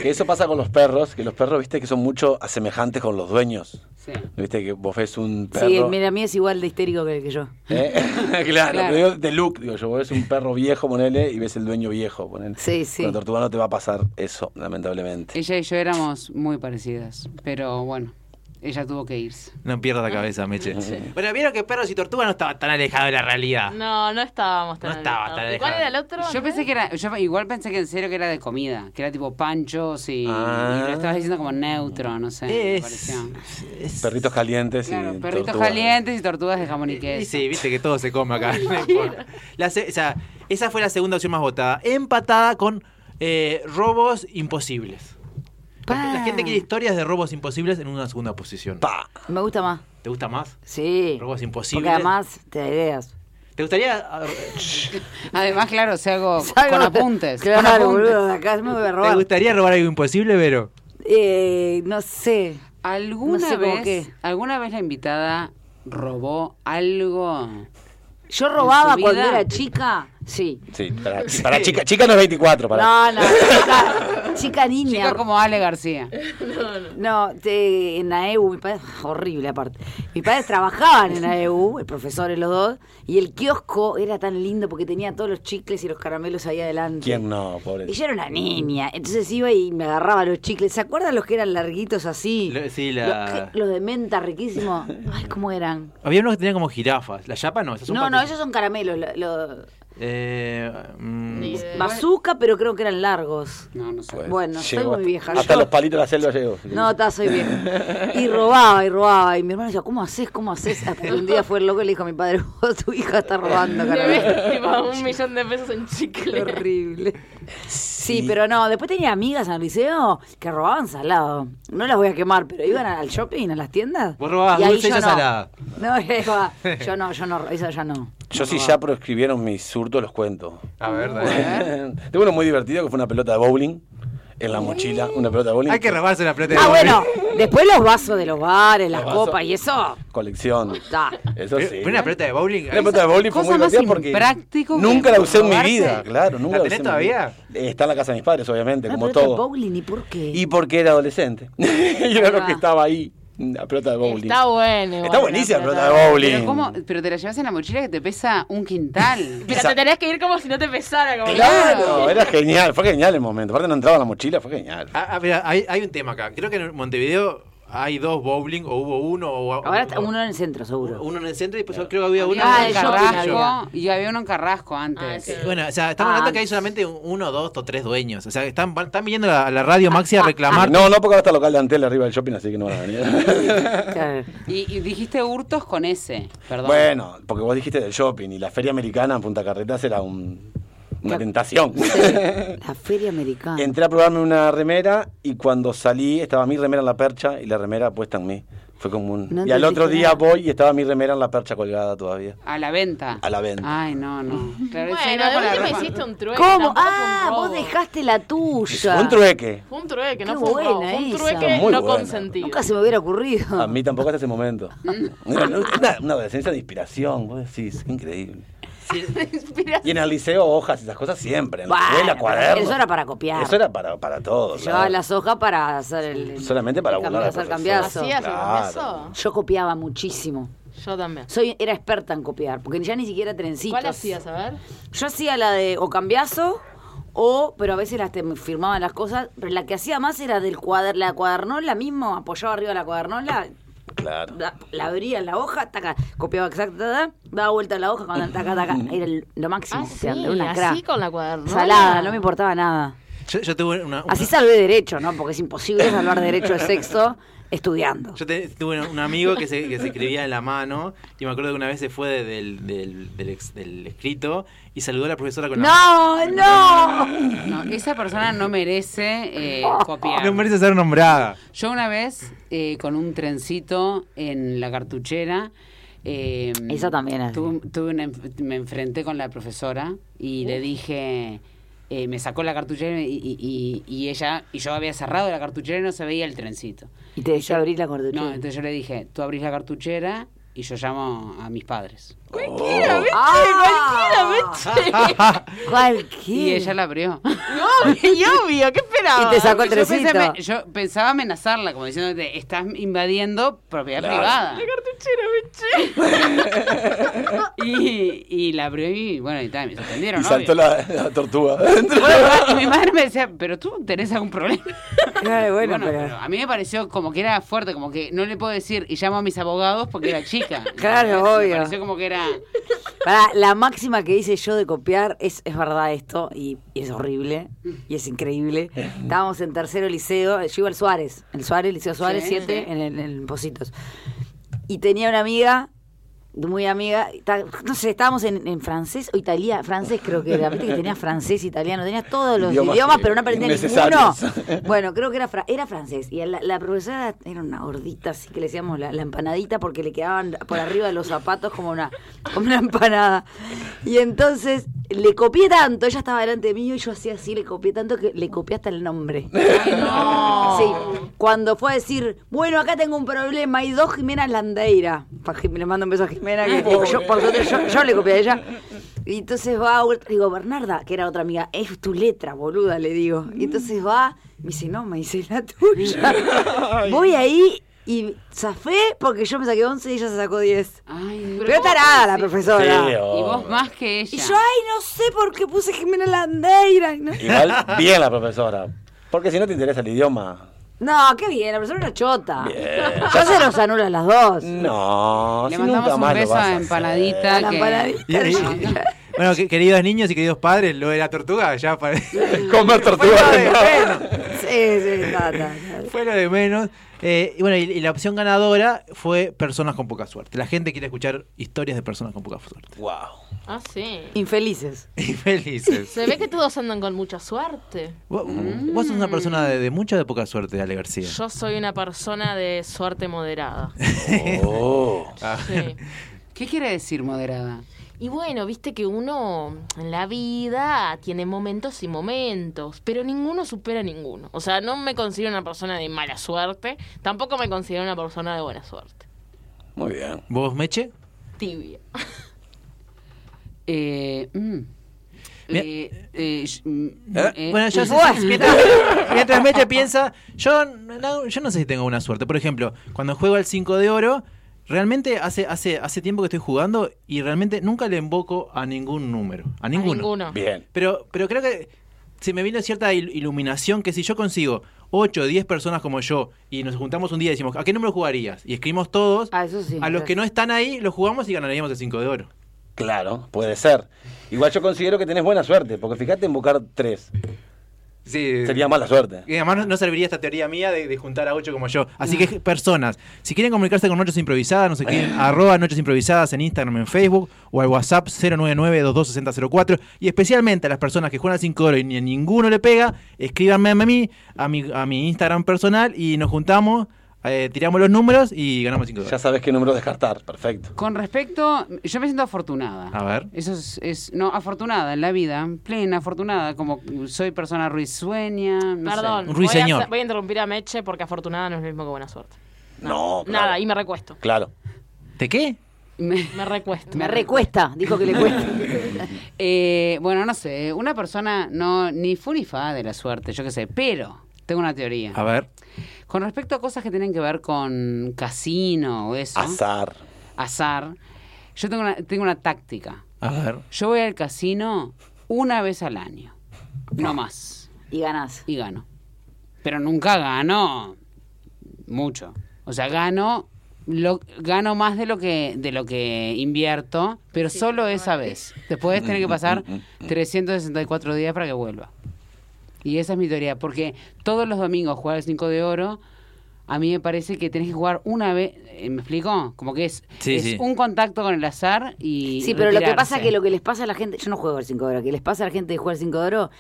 Speaker 7: Que eso pasa con los perros, que los perros, viste, que son mucho asemejantes con los dueños.
Speaker 4: Sí.
Speaker 7: Viste que vos ves un perro.
Speaker 6: Sí, mira, a mí es igual de histérico que, que yo.
Speaker 7: ¿Eh? <laughs>
Speaker 4: Claro.
Speaker 7: claro, pero digo de look, digo yo, vos ves un perro viejo, ponele, y ves el dueño viejo, ponele.
Speaker 6: Sí, sí.
Speaker 7: Con la tortuga no te va a pasar eso, lamentablemente.
Speaker 4: Ella y yo éramos muy parecidas, pero bueno, ella tuvo que irse.
Speaker 3: No pierda la cabeza, Meche. Bueno, vieron que perros y tortugas no estaba tan alejado de la realidad.
Speaker 5: No, no estábamos tan
Speaker 3: Ah. No estaba tan
Speaker 5: alejados. ¿Y ¿Cuál
Speaker 3: alejado.
Speaker 5: era el otro?
Speaker 4: Yo pensé que era, yo igual pensé que en serio que era de comida, que era tipo panchos y, y
Speaker 7: Ah.
Speaker 4: lo estabas diciendo como neutro, no sé. me
Speaker 3: Es,
Speaker 4: pareció.
Speaker 3: es-
Speaker 7: Perritos calientes
Speaker 4: Claro,
Speaker 7: y
Speaker 4: perritos
Speaker 7: tortugas.
Speaker 4: calientes y tortugas de jamón y queso.
Speaker 3: Y sí, viste que todo se come acá. no importa. La se- o sea, esa fue la segunda opción más votada. Empatada con eh, robos imposibles. La,
Speaker 6: Pa.
Speaker 3: la gente quiere historias de robos imposibles en una segunda posición.
Speaker 7: Pa.
Speaker 6: Me gusta más.
Speaker 3: ¿Te gusta más?
Speaker 6: Sí.
Speaker 3: Robos imposibles.
Speaker 6: Porque además te da ideas.
Speaker 3: ¿Te gustaría ah,
Speaker 4: Además, claro, se hago
Speaker 6: <laughs> Salgo-
Speaker 4: con apuntes. con
Speaker 6: Claro,
Speaker 4: apuntes.
Speaker 6: boludo, de acá me voy a
Speaker 3: ¿Te
Speaker 6: robar.
Speaker 3: gustaría robar algo imposible, Vero?
Speaker 6: Eh, no sé.
Speaker 4: ¿Alguna,
Speaker 6: No sé por
Speaker 4: vez,
Speaker 6: qué.
Speaker 4: ¿Alguna vez la invitada robó algo?
Speaker 6: Yo robaba
Speaker 4: ¿En su
Speaker 6: cuando
Speaker 4: vida?
Speaker 6: era chica. <laughs> Sí.
Speaker 7: Sí, para, para chica, chica no es 24, para.
Speaker 3: <laughs>
Speaker 6: No, no, chica, chica niña.
Speaker 4: Chica como Ale García.
Speaker 6: No, te- en la EU, mi padre, horrible aparte. Mis padres trabajaban en la EU, el profesor y los dos, y el kiosco era tan lindo porque tenía todos los chicles y los caramelos ahí adelante.
Speaker 7: ¿Quién no, pobre?
Speaker 6: Y yo era una niña, entonces iba y me agarraba los chicles. ¿Se acuerdan los que eran larguitos así?
Speaker 3: Lo- sí, la-
Speaker 6: los, que- los de
Speaker 3: <laughs>
Speaker 6: menta riquísimos. Ay, ¿cómo eran?
Speaker 3: Había unos que tenían como jirafas. La chapa no. Esas son
Speaker 6: No, no,
Speaker 3: patas-
Speaker 6: esos son caramelos. lo- lo-
Speaker 3: Eh, mm,
Speaker 5: Ni idea.
Speaker 6: bazooka, pero creo que eran largos.
Speaker 4: No, no sé.
Speaker 7: Pues,
Speaker 6: Bueno, soy
Speaker 7: llego
Speaker 6: muy
Speaker 7: hasta-
Speaker 6: vieja,
Speaker 7: Hasta
Speaker 6: yo.
Speaker 7: los palitos de la selva llego.
Speaker 6: No, ta, soy vieja. Y robaba, y robaba. Y mi hermano decía, ¿cómo haces? ¿Cómo haces? Hasta que un día fue el loco y le dijo a mi padre, vos, tu
Speaker 7: <laughs>
Speaker 6: hija está robando,
Speaker 5: Le
Speaker 6: carajo.
Speaker 5: ves, <laughs> tipo, un millón de pesos en chicle.
Speaker 6: Horrible. Sí, pero no. Después tenía amigas en el liceo que robaban salado. No las voy a quemar, pero iban al shopping, a las tiendas.
Speaker 3: Vos robabas
Speaker 6: y ahí
Speaker 3: dulce y
Speaker 6: yo
Speaker 3: ella
Speaker 6: no.
Speaker 3: salada.
Speaker 6: No, <laughs> yo no, yo no, eso ya no.
Speaker 7: Yo sí ya proscribieron mis surtos, los cuento.
Speaker 3: A ver, dale.
Speaker 7: <laughs> Tengo uno muy divertido que fue una pelota de bowling en la mochila, una pelota de
Speaker 3: <laughs>
Speaker 7: bowling.
Speaker 3: Hay que robarse la pelota de
Speaker 6: Ah,
Speaker 3: golpe. <laughs>
Speaker 6: bueno, después los vasos de los bares, las
Speaker 7: vasos.
Speaker 6: copas y eso.
Speaker 7: Colección.
Speaker 6: Ta.
Speaker 7: Eso
Speaker 3: Pero-
Speaker 7: sí.
Speaker 3: Eh, pero una pelota de bowling.
Speaker 7: Una pelota de bowling fue
Speaker 4: cosa
Speaker 7: muy
Speaker 4: más
Speaker 7: divertida porque
Speaker 4: impráctico que
Speaker 7: nunca la usé en mi
Speaker 4: robarse.
Speaker 7: vida, claro, nunca
Speaker 3: ¿La
Speaker 7: usé
Speaker 3: tenés
Speaker 7: en mi
Speaker 3: todavía?
Speaker 7: vida. Eh, Está en la casa de mis padres, obviamente,
Speaker 6: Una
Speaker 7: como
Speaker 6: pelota de
Speaker 7: todo.
Speaker 6: bowling, ¿y por qué?
Speaker 7: Y porque era adolescente. <laughs> y era lo
Speaker 6: va.
Speaker 7: que estaba ahí, la pelota de bowling.
Speaker 5: Está bueno. igual,
Speaker 7: Está buenísima la
Speaker 5: la
Speaker 7: pelota de bowling.
Speaker 4: Pero, ¿cómo? Pero te la llevas en la mochila que te pesa un
Speaker 5: <laughs>
Speaker 4: quintal.
Speaker 5: Pero te tenías que ir como si no te pesara. Como
Speaker 7: Claro, era genial, fue genial el momento. Aparte no entraba en la mochila, fue genial.
Speaker 3: Ah, ah, mira, hay, hay un tema acá. Creo que en Montevideo hay dos bowling, o hubo uno, o
Speaker 6: Ahora está
Speaker 3: o-
Speaker 6: uno en el centro,
Speaker 7: <laughs>
Speaker 6: seguro.
Speaker 3: uno en el centro y después yo creo que había uno
Speaker 4: Había
Speaker 6: Ah,
Speaker 4: uno en
Speaker 3: en
Speaker 6: el
Speaker 3: el
Speaker 6: shopping
Speaker 3: Carrasco.
Speaker 4: Carrasco y había uno en Carrasco
Speaker 5: Ah,
Speaker 4: antes.
Speaker 5: sí.
Speaker 3: Bueno, o sea, estamos hablando que hay
Speaker 6: Ah.
Speaker 3: solamente un- uno, dos o tres dueños. O sea, están, van- están viniendo a la, a la radio Maxi
Speaker 6: Ah,
Speaker 3: a reclamar.
Speaker 7: No, no, porque ahora está el local de Antel arriba del shopping, así que no van a
Speaker 6: <laughs>
Speaker 7: venir.
Speaker 6: Claro.
Speaker 4: Y, y dijiste hurtos con ese, perdón.
Speaker 7: bueno, porque vos dijiste del shopping y la feria americana en Punta Carretas era un- una tentación.
Speaker 6: La feria americana.
Speaker 7: Entré a probarme una remera y cuando salí estaba mi remera en la percha y la remera puesta en mí. Fue como un...
Speaker 6: No
Speaker 7: y al otro
Speaker 6: entendiste
Speaker 7: día
Speaker 6: nada.
Speaker 7: voy y estaba mi remera en la percha colgada todavía.
Speaker 4: A la venta.
Speaker 7: A la venta.
Speaker 4: Ay, no,
Speaker 5: <laughs>
Speaker 4: no. Claro,
Speaker 5: Bueno,
Speaker 4: esa iba con la
Speaker 5: de última
Speaker 4: ropa.
Speaker 5: hiciste un trueque.
Speaker 6: ¿Cómo?
Speaker 5: tampoco
Speaker 6: Ah,
Speaker 5: fue un
Speaker 6: vos
Speaker 5: robo.
Speaker 6: dejaste la tuya.
Speaker 7: Un trueque.
Speaker 5: Fue un trueque, no
Speaker 6: Qué
Speaker 5: fue un robo.
Speaker 6: buena
Speaker 5: Fue un
Speaker 6: esa.
Speaker 5: trueque
Speaker 7: Muy
Speaker 5: no
Speaker 7: buena.
Speaker 5: consentido.
Speaker 6: Nunca se me hubiera ocurrido.
Speaker 7: A
Speaker 6: <laughs> Mm.
Speaker 7: mí tampoco hasta ese momento. Era Una, una adolescencia de inspiración, vos decís, increíble.
Speaker 6: <laughs>
Speaker 7: Y en el liceo, hojas y esas cosas siempre. En la
Speaker 6: Bueno,
Speaker 7: escuela, cuadernos.
Speaker 6: Eso era para copiar.
Speaker 7: Eso era para, para todo.
Speaker 6: Llevaba
Speaker 7: claro.
Speaker 6: las hojas para hacer el.
Speaker 7: Solamente para
Speaker 6: el
Speaker 7: burlar al
Speaker 6: hacer
Speaker 7: profesor.
Speaker 6: cambiazo.
Speaker 5: ¿Así hace
Speaker 7: Claro.
Speaker 5: eso?
Speaker 6: Yo copiaba muchísimo.
Speaker 5: Yo también.
Speaker 6: Soy, era experta en copiar, porque ya ni siquiera trencitos.
Speaker 5: ¿Cuál hacías, a ver?
Speaker 6: Yo hacía la de o cambiazo o, pero a veces las te firmaban las cosas, pero la que hacía más era del cuader, la cuadernola mismo, apoyaba arriba la cuadernola,
Speaker 7: Claro.
Speaker 6: la, la abría en la hoja, taca, copiaba exacta, daba vuelta a la hoja, cuando taca, taca, era el- lo máximo,
Speaker 5: Ah,
Speaker 6: o sea,
Speaker 5: sí,
Speaker 6: era una cra.
Speaker 5: así con la cuadernola.
Speaker 6: Salada, no me importaba nada.
Speaker 3: Yo, yo tuve una, una-
Speaker 6: Así salvé derecho, ¿no? Porque es imposible salvar derecho de sexto estudiando.
Speaker 3: yo te- tuve un amigo que se, que se escribía en la mano y me acuerdo que una vez se fue de- del, del, del ex- del escrito y saludó a la profesora con la
Speaker 6: ¡No! ¡No!
Speaker 4: No, esa persona no merece eh, copiar.
Speaker 3: No merece ser nombrada.
Speaker 4: Yo una vez, eh, con un trencito en la cartuchera, eh,
Speaker 6: Esa también es.
Speaker 4: tuve- tuve una enf- me enfrenté con la profesora y le dije, eh, me sacó la cartuchera y, y- y- y ella, y yo había cerrado la cartuchera y no se veía el trencito.
Speaker 6: Y te dejé abrir la
Speaker 4: No,
Speaker 6: corduchera.
Speaker 4: entonces yo le dije, tú abrís la cartuchera y yo llamo a mis padres.
Speaker 6: ¡Ah! <laughs> Cualquiera.
Speaker 4: Y ella la abrió. <laughs>
Speaker 5: y obvio, ¿qué esperaba?
Speaker 6: Y te sacó el
Speaker 4: Yo, pensé-
Speaker 6: trencito.
Speaker 4: me- yo pensaba amenazarla, como diciéndote, estás invadiendo propiedad privada. Y, y la abrió y bueno, y tal, me sorprendieron.
Speaker 7: Y saltó
Speaker 4: obvio.
Speaker 7: la, la tortuga.
Speaker 4: Bueno, y mi madre me decía, pero tú tenés algún problema.
Speaker 6: Claro, <laughs> bueno, pero-
Speaker 4: a mí me pareció como que era fuerte, como que no le puedo decir y llamo a mis abogados porque era chica.
Speaker 6: <laughs> Claro,
Speaker 4: Entonces,
Speaker 6: obvio.
Speaker 4: Me pareció como que era.
Speaker 6: Pará, la máxima que hice yo de copiar es, es verdad esto, y, y es horrible, y es increíble. Estábamos en tercero liceo, yo iba al Suárez, el Suárez, Liceo Suárez
Speaker 4: Sí,
Speaker 6: 7,
Speaker 4: sí.
Speaker 6: en, el- en Positos. Y tenía una amiga, muy amiga, y ta- no sé, estábamos en, en francés o italiano, francés creo que era, viste que tenía francés, italiano, tenía todos los
Speaker 7: Idiomas
Speaker 6: idiomas,
Speaker 7: que-
Speaker 6: pero no aprendía ninguno.
Speaker 7: innecesarios.
Speaker 6: <laughs> Bueno, creo que era, fra- era francés. Y a la, la profesora era una gordita, así que le decíamos la, la empanadita porque le quedaban por arriba de los zapatos como una, como una empanada. Y entonces le copié tanto, ella estaba delante mío y yo hacía así, le copié tanto que le copié hasta el nombre. Sí, cuando fue a decir, bueno, acá tengo un problema, hay dos Jimena Landeira. Pa' Jim- Le mando un beso a Jimena, que yo, por suerte, yo, yo le copié a ella. Y entonces va, digo, Bernarda, que era otra amiga, es tu letra, boluda, le digo. Y entonces va, me dice, no, me dice la
Speaker 7: <laughs>
Speaker 6: tuya. Voy ahí y zafé porque yo me saqué 11 y ella se sacó 10.
Speaker 4: Ay,
Speaker 6: Pero
Speaker 4: ¿cómo
Speaker 6: tarada la
Speaker 4: decís?
Speaker 6: profesora.
Speaker 7: Sí, oh.
Speaker 4: Y vos más que ella.
Speaker 6: y yo, ay, no sé por qué puse Jimena Landeira. y No,
Speaker 7: Igual, bien la profesora. Porque si no te interesa el idioma.
Speaker 6: No, qué bien, la profesora era chota.
Speaker 7: Bien.
Speaker 6: Ya se nos anulan las dos.
Speaker 7: No,
Speaker 4: Le
Speaker 7: si nunca
Speaker 4: mandamos
Speaker 7: más
Speaker 4: un
Speaker 7: lo
Speaker 4: beso
Speaker 7: vas
Speaker 4: a
Speaker 7: hacer.
Speaker 4: Empanadita.
Speaker 6: La
Speaker 4: que-
Speaker 3: Y-
Speaker 6: empanadita.
Speaker 3: y- y- bueno, que- queridos niños y queridos padres, lo de la tortuga ya pare-
Speaker 7: <laughs> Comer tortuga.
Speaker 6: Sí, sí, está, está,
Speaker 3: <laughs>
Speaker 6: está.
Speaker 3: fue lo de menos. Eh, y bueno, y, y la opción ganadora fue personas con poca suerte. La gente quiere escuchar historias de personas con poca suerte.
Speaker 7: <laughs>
Speaker 3: <laughs>
Speaker 7: Wow.
Speaker 5: <laughs> Ah, sí.
Speaker 6: Infelices.
Speaker 3: Y felices.
Speaker 5: Se ve que todos andan con mucha suerte.
Speaker 3: Vos, vos sos una persona de, de mucha o de poca suerte, Ale García.
Speaker 5: Yo soy una persona de suerte moderada.
Speaker 7: Oh.
Speaker 4: Ah,
Speaker 3: Ah.
Speaker 5: Sí.
Speaker 4: ¿Qué quiere decir moderada?
Speaker 5: Y bueno, viste que uno en la vida tiene momentos y momentos, pero ninguno supera a ninguno. O sea, no me considero una persona de mala suerte, tampoco me considero una persona de buena suerte.
Speaker 7: Muy bien.
Speaker 3: ¿Vos, Meche?
Speaker 5: Tibia.
Speaker 4: Eh, mm.
Speaker 3: Mira-
Speaker 4: Eh, eh, sh- mm,
Speaker 7: ¿Eh?
Speaker 4: eh,
Speaker 3: Bueno, yo
Speaker 4: y-
Speaker 6: <laughs>
Speaker 3: mientras, mientras Meche piensa, yo no, yo no sé si tengo buena suerte. Por ejemplo, cuando juego al 5 de oro, realmente hace, hace, hace tiempo que estoy jugando y realmente nunca le invoco a ningún número. A ninguno.
Speaker 5: A ninguno.
Speaker 7: Bien.
Speaker 3: Pero, pero creo que se me vino cierta il- iluminación que si yo consigo 8 o 10 personas como yo y nos juntamos un día y decimos, ¿a qué número jugarías? Y escribimos todos.
Speaker 6: Ah, eso sí,
Speaker 3: a los
Speaker 6: claro.
Speaker 3: que no están ahí, los jugamos y ganaríamos el 5 de oro.
Speaker 7: Claro, puede ser. Igual yo considero que tenés buena suerte, porque fíjate en buscar tres.
Speaker 3: Sí.
Speaker 7: Sería mala suerte.
Speaker 3: Y además no- no serviría esta teoría mía de, de juntar a ocho como yo. Así que personas, si quieren comunicarse con Noches Improvisadas, nos
Speaker 4: <laughs>
Speaker 3: escriben a arroba Noches Improvisadas en Instagram, en Facebook o al WhatsApp 099-226004. Y especialmente a las personas que juegan al 5 oro y ni a ninguno le pega, escríbanme a mí, a mi, a mi Instagram personal y nos juntamos, eh, tiramos los números y ganamos 5
Speaker 7: Ya
Speaker 3: dólares.
Speaker 7: sabes qué número descartar. Perfecto.
Speaker 4: Con respecto, yo me siento afortunada.
Speaker 3: A ver.
Speaker 4: Eso es, es- no, afortunada en la vida, plena, afortunada, como soy persona risueña. no sé.
Speaker 5: Perdón,
Speaker 3: Un
Speaker 5: voy a,
Speaker 3: ruiseñor.
Speaker 5: sa- voy a interrumpir a Meche porque afortunada no es lo mismo que buena suerte.
Speaker 7: No. claro.
Speaker 5: Nada, y me recuesto.
Speaker 7: Claro.
Speaker 3: ¿Te qué?
Speaker 4: Me-
Speaker 5: Me recuesto.
Speaker 6: Me recuesta, dijo que le cuesta.
Speaker 7: <laughs>
Speaker 4: Eh, bueno, no sé, una persona no ni fu ni fa de la suerte, yo qué sé, pero tengo una teoría.
Speaker 3: A ver.
Speaker 4: Con respecto a cosas que tienen que ver con casino o eso,
Speaker 7: Azar.
Speaker 4: azar, yo tengo una, tengo una táctica.
Speaker 3: A ver.
Speaker 4: Yo voy al casino una vez al año, no más,
Speaker 6: Y ganás.
Speaker 4: y gano. Pero nunca gano mucho. O sea, gano lo, gano más de lo que de lo que invierto, pero solo esa vez. Después
Speaker 3: Mm,
Speaker 4: tiene que pasar 364 días para que vuelva. Y esa es mi teoría, porque todos los domingos jugar el 5 de oro a mí me parece que tenés que jugar una vez, eh, ¿me explico? Como que es,
Speaker 3: Sí,
Speaker 4: es
Speaker 3: sí.
Speaker 4: un contacto con el azar y
Speaker 6: Sí, pero lo que
Speaker 4: retirarse.
Speaker 6: pasa es que lo que les pasa a la gente, yo no juego al 5 de oro, que les pasa a la gente de jugar al 5 de oro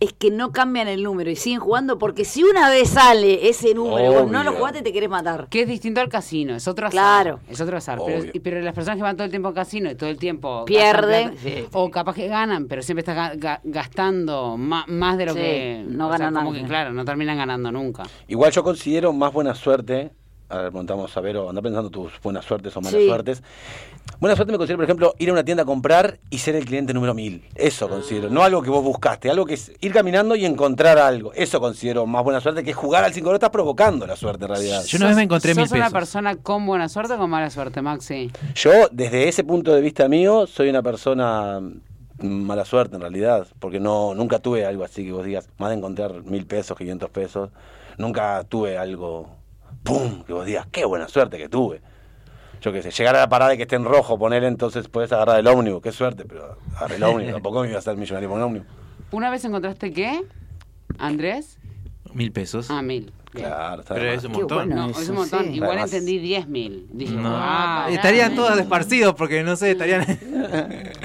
Speaker 6: es que no cambian el número y siguen jugando porque si una vez sale ese número, vos no lo
Speaker 7: Obvio.
Speaker 6: jugaste te querés matar.
Speaker 4: Que es distinto al casino, es otro azar.
Speaker 6: Claro.
Speaker 4: Es otro azar. Pero,
Speaker 7: Obvio.
Speaker 4: pero las personas que van todo el tiempo al casino y todo el tiempo.
Speaker 6: Pierden.
Speaker 4: gastan plata, O capaz que ganan, pero siempre estás ga- ga- gastando ma- más, de lo
Speaker 6: Sí,
Speaker 4: que.
Speaker 6: no
Speaker 4: o
Speaker 6: ganan
Speaker 4: sea, como
Speaker 6: nada.
Speaker 4: que, claro, no terminan ganando nunca.
Speaker 7: Igual yo considero más buena suerte. Ahora montamos a ver, o anda pensando tus buenas suertes o malas
Speaker 6: Sí.
Speaker 7: suertes. Buena suerte me considero, por ejemplo, ir a una tienda a comprar y ser el cliente número mil. Eso considero. No algo que vos buscaste, algo que es ir caminando y encontrar algo. Eso considero más buena suerte que es jugar al 5 de oro. Estás provocando la suerte en realidad.
Speaker 3: Yo una vez me encontré mil
Speaker 4: ¿Sos una
Speaker 3: pesos.
Speaker 4: persona con buena suerte o con mala suerte, Maxi?
Speaker 7: Yo, desde ese punto de vista mío, soy una persona mm, mala suerte en realidad, porque no nunca tuve algo así que vos digas, más de encontrar mil pesos, 500 pesos, nunca tuve algo, ¡pum!, que vos digas, qué buena suerte que tuve. Yo qué sé, llegar a la parada y que esté en rojo, poner entonces puedes agarrar el ómnibus, qué suerte, pero agarré el ómnibus, tampoco me iba a ser millonario con el ómnibus.
Speaker 4: ¿Una vez encontraste qué? ¿Andrés?
Speaker 3: Mil pesos.
Speaker 4: Ah, mil. Bien.
Speaker 7: Claro, está de
Speaker 3: Pero
Speaker 7: más.
Speaker 3: es un montón.
Speaker 6: bueno. <laughs>
Speaker 4: No,
Speaker 6: Eso
Speaker 4: es un montón.
Speaker 6: sí.
Speaker 4: Igual
Speaker 7: Además-
Speaker 4: entendí diez mil. Dije,
Speaker 3: No.
Speaker 4: "Guau".
Speaker 3: estarían todos esparcidos porque no sé,
Speaker 4: <laughs>
Speaker 3: estarían.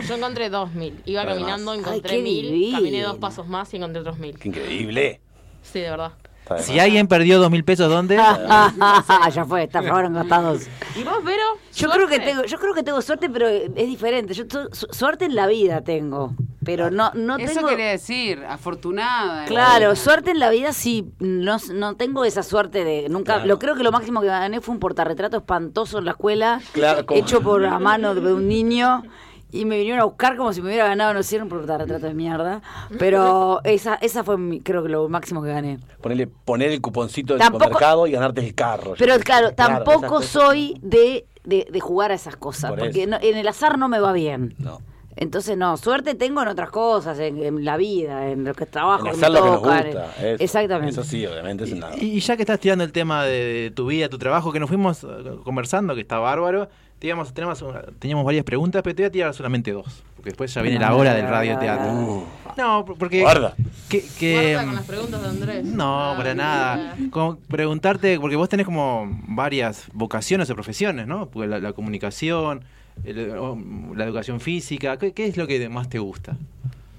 Speaker 5: Yo encontré 2000. Iba
Speaker 7: Además.
Speaker 5: caminando,
Speaker 6: Ay,
Speaker 5: encontré
Speaker 6: qué
Speaker 5: 1000.
Speaker 6: divino.
Speaker 5: Caminé dos pasos más y encontré 3000.
Speaker 7: Qué increíble.
Speaker 5: Sí, de verdad.
Speaker 7: Está de
Speaker 3: si
Speaker 7: más.
Speaker 3: alguien perdió dos mil pesos, ¿dónde?
Speaker 4: Ah,
Speaker 6: ya fue, está, fueron gastados.
Speaker 5: ¿Y vos, Vero?
Speaker 6: Yo creo que tengo, yo creo que tengo suerte, pero es diferente. Yo tu- su- suerte en la vida tengo, pero no no
Speaker 4: Eso
Speaker 6: tengo
Speaker 4: quería decir, afortunada.
Speaker 6: Claro, suerte en la vida sí, no, no tengo esa suerte de nunca,
Speaker 7: Claro.
Speaker 6: lo creo que lo máximo que gané fue un portarretrato espantoso en la escuela,
Speaker 7: Claro, como- <laughs>
Speaker 6: hecho por la mano de un niño y me vinieron a buscar como si me hubiera ganado, no sé, era un portarretrato de mierda, pero esa esa fue mi- creo que lo máximo que gané.
Speaker 7: Ponerle, poner el cuponcito del
Speaker 6: Tampoco-
Speaker 7: supermercado y ganarte el carro. Yo
Speaker 6: Pero
Speaker 7: qué sé.
Speaker 6: claro,
Speaker 7: esas
Speaker 6: tampoco
Speaker 7: cosas.
Speaker 6: soy de, de, de jugar a esas cosas,
Speaker 7: Por
Speaker 6: porque
Speaker 7: eso.
Speaker 6: no- en el azar no me va bien.
Speaker 7: No.
Speaker 6: Entonces, no, suerte tengo en otras cosas, en, en la vida, en lo que trabajo,
Speaker 7: En
Speaker 6: en
Speaker 7: hacer
Speaker 6: me
Speaker 7: lo que nos
Speaker 6: toca,
Speaker 7: gusta.
Speaker 6: en-
Speaker 7: eso.
Speaker 6: Exactamente.
Speaker 7: Eso sí, obviamente es una.
Speaker 3: Y y ya que estás tirando el tema de, de tu vida, tu trabajo, que nos fuimos eh, conversando, que está bárbaro, teníamos, teníamos, una- teníamos varias preguntas, pero te voy a tirar solamente dos, porque después ya viene la hora del radioteatro.
Speaker 7: Uh.
Speaker 3: No, porque...
Speaker 7: Guarda.
Speaker 3: Que, que-
Speaker 5: Guarda con las preguntas de Andrés.
Speaker 3: no,
Speaker 5: Ah,
Speaker 3: para
Speaker 5: mira.
Speaker 3: nada. Como preguntarte, porque vos tenés como varias vocaciones o profesiones, ¿no? Porque la, la comunicación, el- o, la educación física, ¿qué, qué es lo que más te gusta?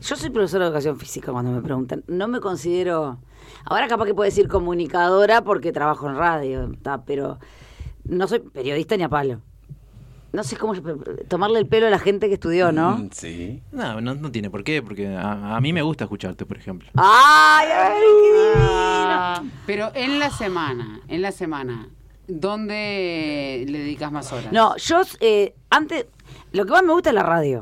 Speaker 6: Yo soy profesora de educación física cuando me preguntan. No me considero. Ahora capaz que puedo decir comunicadora porque trabajo en radio, ta, pero no soy periodista ni a palo. No sé cómo tomarle el pelo a la gente que estudió, ¿no?
Speaker 7: Mm, Sí.
Speaker 3: No, no, no tiene por qué, porque a, a mí me gusta escucharte, por ejemplo.
Speaker 6: ¡Ay, ay, qué
Speaker 4: Ah, pero en la semana, en la semana, ¿dónde le dedicas más horas?
Speaker 6: No, yo eh, antes, lo que más me gusta es la radio.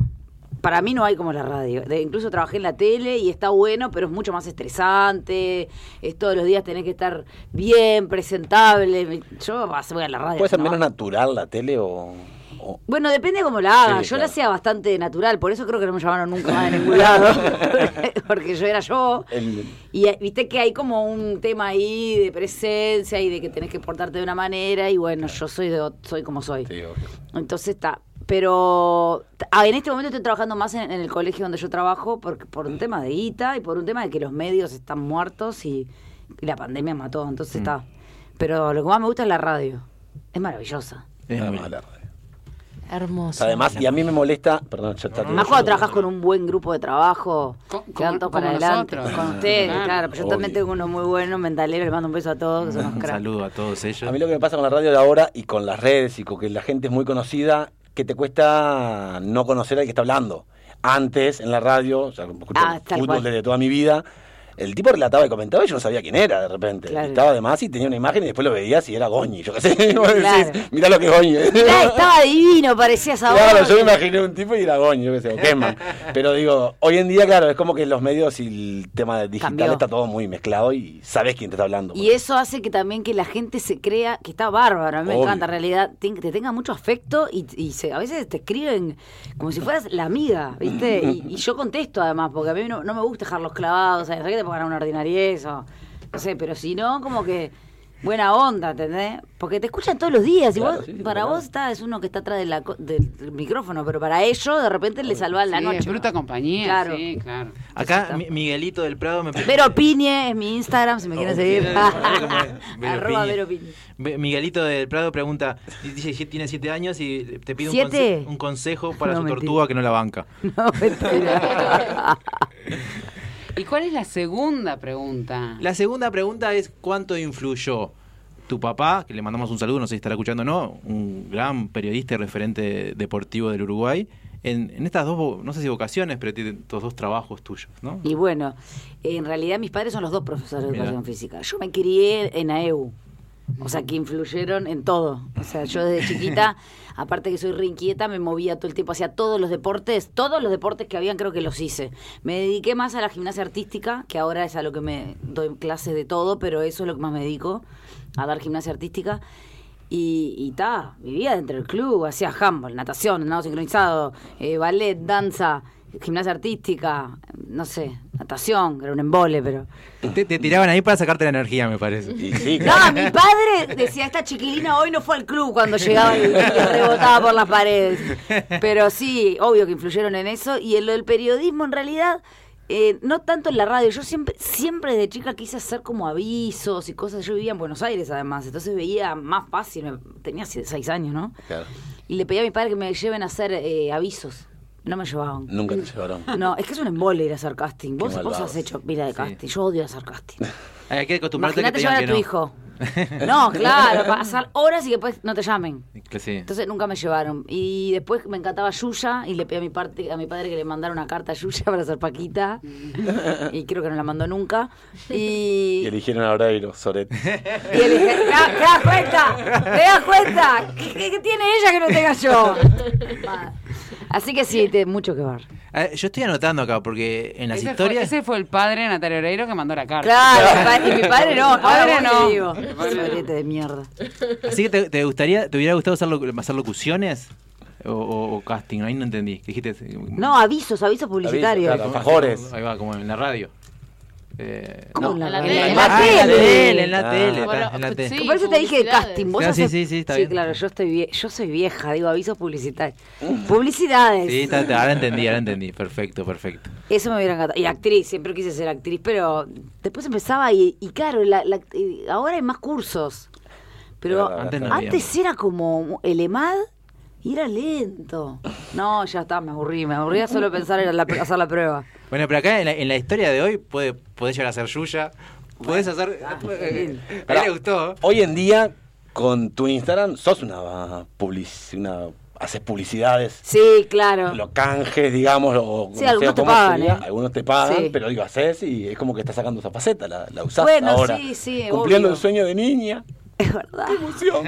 Speaker 6: Para mí no hay como la radio. De- incluso trabajé en la tele y está bueno, pero es mucho más estresante. Es todos los días tenés que estar bien, presentable. Yo bah, se voy a la radio.
Speaker 7: ¿Puede ser
Speaker 6: ¿no?
Speaker 7: menos natural la tele o.? o-
Speaker 6: Bueno, depende de cómo la haga.
Speaker 7: Sí,
Speaker 6: yo
Speaker 7: claro.
Speaker 6: la hacía bastante natural, por eso creo que no me llamaron nunca
Speaker 7: <laughs>
Speaker 6: más de ningún lado. <laughs> Porque yo era yo.
Speaker 7: El-
Speaker 6: Y eh, viste que hay como un tema ahí de presencia y de que tenés que portarte de una manera. Y bueno, yo soy, de, ot- soy como soy.
Speaker 7: Sí, obvio.
Speaker 6: Entonces está. Pero t- ah, en este momento estoy trabajando más en, en el colegio donde yo trabajo por, por un tema de guita y por un tema de que los medios están muertos y, y la pandemia mató. Entonces
Speaker 7: Mm.
Speaker 6: está. Pero lo que más me gusta es la radio. Es maravillosa.
Speaker 3: Es
Speaker 7: Nada
Speaker 3: muy-
Speaker 7: más la radio.
Speaker 5: Hermoso.
Speaker 7: Además, y a mí me molesta. Perdón, ya está. todo.
Speaker 6: Más cuando trabajas con un buen grupo de trabajo,
Speaker 4: Co-
Speaker 6: que
Speaker 4: como-
Speaker 6: van todos para
Speaker 4: como
Speaker 6: adelante.
Speaker 4: nosotros.
Speaker 6: Con ustedes,
Speaker 4: Claro.
Speaker 6: claro. pero yo
Speaker 7: Obvio.
Speaker 6: también tengo uno muy bueno, mentalero, le mando un beso a todos, que son unos
Speaker 3: Un
Speaker 6: cracks.
Speaker 3: saludo a todos ellos.
Speaker 7: A mí lo que me pasa con la radio de ahora y con las redes y con que la gente es muy conocida, que te cuesta no conocer al que está hablando. Antes, en la radio, o sea, escucho
Speaker 6: Ah, tal
Speaker 7: fútbol
Speaker 6: cual.
Speaker 7: desde toda mi vida, el tipo relataba y comentaba y yo no sabía quién era de repente.
Speaker 6: Claro.
Speaker 7: Y Estaba de más y tenía una imagen y después lo veías y era Goñi. Yo qué sé, <laughs> vos decís,
Speaker 6: Claro.
Speaker 7: mirá lo que es Goñi. <laughs>
Speaker 6: Mirá, estaba divino, parecía sabor.
Speaker 7: Claro, yo me imaginé un tipo y era Goñi, yo qué sé, o Keman. Pero digo, hoy en día, claro, es como que los medios y el tema digital
Speaker 6: Cambió.
Speaker 7: está todo muy mezclado y sabes quién te está hablando.
Speaker 6: Y eso hace que también que la gente se crea que está bárbaro. A mí me
Speaker 7: Obvio.
Speaker 6: encanta, en realidad, te, te tenga mucho afecto y, y se- a veces te escriben como si fueras la amiga, ¿viste? Y, y yo contesto además, porque a mí no, no me gusta dejarlos clavados, ¿sabes? que te pongan una ordinariez o no sé, pero si no, como que buena onda, ¿entendés? Porque te escuchan todos los días y
Speaker 7: Claro,
Speaker 6: vos,
Speaker 7: sí, sí,
Speaker 6: para
Speaker 7: claro.
Speaker 6: vos está, es uno que está atrás de la co- del, del micrófono, pero para ellos de repente le salvan la
Speaker 4: Sí,
Speaker 6: noche.
Speaker 4: es bruta compañía,
Speaker 6: Claro.
Speaker 4: sí, claro.
Speaker 3: Acá Mi- Miguelito del Prado me
Speaker 6: Vero Piñe es mi Instagram, si me quieren
Speaker 3: Oh,
Speaker 6: seguir. <laughs>
Speaker 3: Vero
Speaker 6: Arroba
Speaker 3: Piñe.
Speaker 6: Vero Piñe.
Speaker 3: Ve- Miguelito del Prado pregunta, dice que tiene siete años y te pide un,
Speaker 6: ¿Siete?
Speaker 3: conse- un consejo para
Speaker 6: No,
Speaker 3: su
Speaker 6: mentira.
Speaker 3: tortuga que no la
Speaker 6: <laughs>
Speaker 3: banca.
Speaker 6: No, mentira. <laughs>
Speaker 4: ¿Y cuál es la segunda pregunta?
Speaker 3: La segunda pregunta es ¿cuánto influyó tu papá, que le mandamos un saludo, no sé si estará escuchando o no, un gran periodista y referente deportivo del Uruguay, en, en estas dos, vo- no sé si vocaciones, pero tiene estos dos trabajos tuyos, ¿no?
Speaker 6: y bueno, en realidad mis padres son los dos profesores de
Speaker 3: Mirá.
Speaker 6: educación física. Yo me crié en AEU. O sea, que influyeron en todo. O sea, yo desde chiquita, aparte que soy re inquieta, me movía todo el tiempo, hacía todos los deportes, todos los deportes que habían creo que los hice. Me dediqué más a la gimnasia artística, que ahora es a lo que me doy clases de todo, pero eso es lo que más me dedico, a dar gimnasia artística. Y, y ta, vivía dentro del club, hacía handball, natación, nado sincronizado, eh, ballet, danza, gimnasia artística, no sé, natación, que era un embole, pero...
Speaker 3: Te, te tiraban ahí para sacarte la energía, me parece.
Speaker 7: Y sí,
Speaker 6: No,
Speaker 7: claro.
Speaker 6: mi padre decía, esta chiquilina hoy no fue al club cuando llegaba y, y rebotaba por las paredes. Pero sí, obvio que influyeron en eso. Y en lo del periodismo, en realidad, eh, no tanto en la radio. Yo siempre, siempre desde chica quise hacer como avisos y cosas. Yo vivía en Buenos Aires, además. Entonces veía más fácil. Me- Tenía sie- seis años, ¿no?
Speaker 7: Claro.
Speaker 6: Y le pedí a mi padre que me lleven a hacer eh, avisos. No me llevaban.
Speaker 7: Nunca te llevaron.
Speaker 6: No, es que es un embole ir a hacer casting. Vos,
Speaker 7: Qué
Speaker 6: vos has
Speaker 7: malvados.
Speaker 6: hecho pila de casting. Yo odio hacer casting.
Speaker 3: Hay que acostumbrarte a que te digan que
Speaker 6: Imagínate llevar a tu
Speaker 3: no.
Speaker 6: hijo.
Speaker 3: <laughs>
Speaker 6: No, claro, pasar horas y que después no te llamen.
Speaker 3: Que sí.
Speaker 6: Entonces nunca me llevaron. Y después me encantaba Yuya y le pedí a mi, parte, a mi padre que le mandara una carta a Yuya para ser Paquita.
Speaker 4: Mm.
Speaker 6: Y creo que no la mandó
Speaker 4: <laughs>
Speaker 6: nunca. <laughs> Y,
Speaker 7: Y eligieron a Oreiro,
Speaker 6: <laughs>
Speaker 7: Soret.
Speaker 6: y él dije, ¿te das- te das cuenta? ¿Te das
Speaker 3: <laughs>
Speaker 6: cuenta? ¿Qué, qué- qué tiene ella que no tenga yo? Así que sí, te, mucho que ver.
Speaker 3: Ah, yo estoy anotando acá porque en las
Speaker 4: ese, fue,
Speaker 3: historias...
Speaker 4: ese fue el padre de Natalia Oreiro que mandó la carta.
Speaker 6: Claro, mi pa- y mi padre no.
Speaker 4: Mi padre
Speaker 6: Ahora
Speaker 4: no.
Speaker 6: no. Digo.
Speaker 4: Mi padre no.
Speaker 6: Sorete de mierda.
Speaker 3: Así que te, te gustaría, te hubiera gustado hacer, locu- hacer locuciones o, o- o casting, ahí no entendí. ¿Qué dijiste?
Speaker 6: No, avisos, avisos publicitarios.
Speaker 7: claro. alfajores.
Speaker 3: Ahí va, como en la radio. Eh, no.
Speaker 6: ¿Cómo en la
Speaker 5: En la
Speaker 6: radio?
Speaker 3: Ah, en
Speaker 5: tele.
Speaker 6: En la
Speaker 3: la tele,
Speaker 6: tele.
Speaker 3: en la
Speaker 7: Ah.
Speaker 3: tele,
Speaker 5: Bueno,
Speaker 3: está, en la tele.
Speaker 5: sí.
Speaker 6: Por eso te dije
Speaker 5: publicidades.
Speaker 6: casting. Vos
Speaker 3: Ah, sí,
Speaker 6: haces-
Speaker 3: sí, sí, está bien.
Speaker 6: claro, yo, estoy vie- yo soy vieja, digo avisos publicitarios. Publicidades.
Speaker 3: Sí, está- está, ahora entendí, ahora entendí. Perfecto, perfecto.
Speaker 6: Eso me hubiera encantado. Y actriz, siempre quise ser actriz, pero después empezaba y, y claro, la- la- y ahora hay más cursos. Pero
Speaker 7: Claro,
Speaker 3: Antes no había.
Speaker 6: antes era como el EMAD y era lento. No, ya está, me aburrí, me aburría solo pensar en la- hacer la prueba.
Speaker 3: Bueno, pero acá en la, en la historia de hoy puede, podés llegar a ser Yuya, podés hacer... <laughs>
Speaker 6: bien.
Speaker 3: a él le gustó.
Speaker 7: Hoy en día, con tu Instagram, sos una publici- una haces publicidades.
Speaker 6: Sí, claro.
Speaker 7: los canjes, digamos, o
Speaker 6: Sí, algunos te
Speaker 7: cómo
Speaker 6: pagan,
Speaker 7: sería,
Speaker 6: ¿eh?
Speaker 7: algunos te pagan,
Speaker 6: Sí.
Speaker 7: pero digo, haces y es como que estás sacando esa faceta, la, la usás
Speaker 6: Bueno,
Speaker 7: ahora.
Speaker 6: sí, sí,
Speaker 7: Cumpliendo
Speaker 6: obvio.
Speaker 7: el sueño de niña.
Speaker 6: Es verdad.
Speaker 7: Emoción.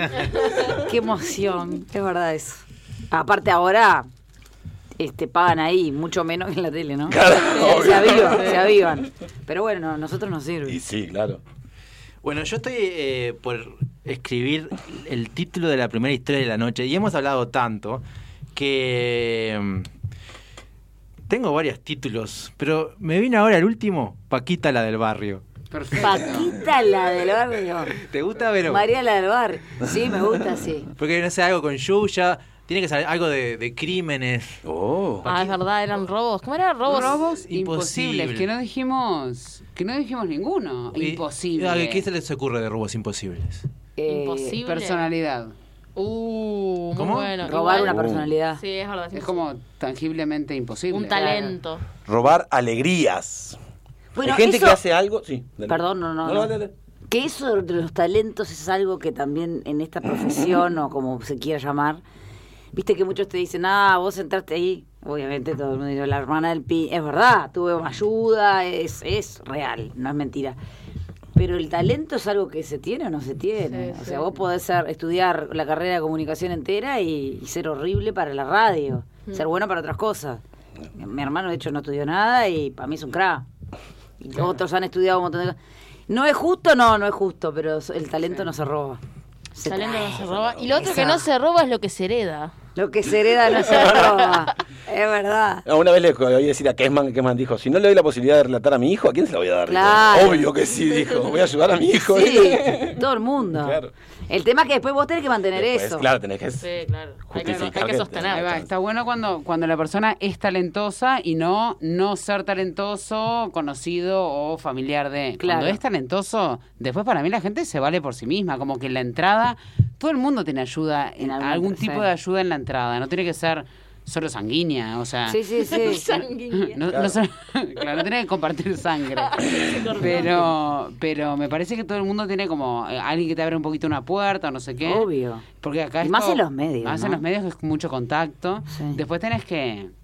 Speaker 6: Qué emoción, es verdad eso. Aparte ahora este pagan ahí mucho menos que en la tele, ¿no?
Speaker 7: Claro,
Speaker 6: se
Speaker 7: obvio.
Speaker 6: avivan, se avivan. Pero bueno, a nosotros nos
Speaker 7: y
Speaker 6: sirve.
Speaker 7: sí, claro.
Speaker 3: Bueno, yo estoy eh, por escribir el título de la primera historia de la noche y hemos hablado tanto que mm, tengo varios títulos, pero me vino ahora el último, Paquita la del barrio.
Speaker 6: Paquita la del barrio.
Speaker 3: ¿Te gusta, Vero?
Speaker 6: María la del barrio. Sí, me gusta, sí.
Speaker 3: Porque no sé, algo con Yuya, tiene que ser algo de, de crímenes.
Speaker 7: Oh.
Speaker 5: Ah, es verdad, eran robos. ¿Cómo eran robos?
Speaker 4: Robos
Speaker 3: Imposible.
Speaker 4: imposibles, que no dijimos, que no dijimos ninguno.
Speaker 3: Y-
Speaker 4: Imposible.
Speaker 3: Ah, ¿Qué se les ocurre de robos imposibles?
Speaker 6: Eh,
Speaker 5: Imposible.
Speaker 4: Personalidad.
Speaker 5: Uh, muy
Speaker 3: ¿Cómo?
Speaker 5: bueno.
Speaker 6: Robar
Speaker 5: Igual-
Speaker 6: una personalidad.
Speaker 5: Sí, es verdad. sí,
Speaker 4: Es
Speaker 5: sí.
Speaker 4: como tangiblemente imposible.
Speaker 5: un talento.
Speaker 7: Robar alegrías.
Speaker 6: Bueno,
Speaker 7: Hay gente
Speaker 6: eso-
Speaker 7: que hace algo. Sí. dale.
Speaker 6: Perdón, no, no, no.
Speaker 7: dale, dale.
Speaker 6: Que eso de los talentos es algo que también en esta profesión o como se quiera llamar, viste que muchos te dicen, ah, vos entraste ahí, obviamente todo el mundo dice, la hermana del pi, es verdad, tuve una ayuda, es, es real, no es mentira. Pero el talento es algo que se tiene o no se tiene.
Speaker 5: Sí,
Speaker 6: o
Speaker 5: sí.
Speaker 6: sea, vos podés ser- estudiar la carrera de comunicación entera y, y ser horrible para la radio,
Speaker 5: Mm.
Speaker 6: ser bueno para otras cosas. Mi hermano, de hecho, no estudió nada y para mí es un crack. Y Otros han estudiado un montón de cosas. ¿No es justo? No, no es justo, pero el talento no se roba. Se
Speaker 5: Talento
Speaker 6: trae.
Speaker 5: no se roba. Y lo otro que
Speaker 6: Esa.
Speaker 5: no se roba es lo que se hereda.
Speaker 6: Lo que se hereda
Speaker 5: <laughs>
Speaker 6: no se roba. Es verdad.
Speaker 7: No, Una vez le oí decir a Kesman, Kesman dijo, si no le doy la posibilidad de relatar a mi hijo, ¿a quién se la voy a dar? Dijo,
Speaker 6: Claro.
Speaker 7: Obvio que sí, dijo, voy a ayudar a mi hijo.
Speaker 6: Sí, todo el mundo.
Speaker 7: Claro.
Speaker 6: El tema es que después vos tenés que mantener
Speaker 7: Después,
Speaker 6: eso.
Speaker 7: Claro, tenés que...
Speaker 5: Sí, claro. Hay que,
Speaker 7: Justificar
Speaker 5: hay que
Speaker 4: Ahí
Speaker 7: que-
Speaker 4: va,
Speaker 5: sostener.
Speaker 4: está bueno cuando, cuando la persona es talentosa y no no ser talentoso, conocido o familiar de.
Speaker 6: Claro.
Speaker 4: Cuando es talentoso, después para mí la gente se vale por sí misma. Como que en la entrada, todo el mundo tiene ayuda,
Speaker 6: En
Speaker 4: en
Speaker 6: algún-
Speaker 4: algún,
Speaker 6: sí.
Speaker 4: tipo de ayuda en la entrada. No tiene que ser solo sanguínea, o sea.
Speaker 6: Sí,
Speaker 5: <laughs>
Speaker 6: sí, sí.
Speaker 4: <laughs>
Speaker 5: Sanguínea.
Speaker 4: No, no solo- <laughs> claro, no tiene que compartir
Speaker 6: <laughs>
Speaker 4: sangre. pero, pero me parece que todo el mundo tiene como eh, alguien que te abre un poquito una puerta o no sé qué.
Speaker 6: Obvio.
Speaker 4: Porque acá
Speaker 6: Y
Speaker 4: esto-
Speaker 6: más en los medios,
Speaker 4: Más en
Speaker 6: ¿no?
Speaker 4: los medios es mucho contacto.
Speaker 6: Sí.
Speaker 4: Después tenés que
Speaker 6: Sí,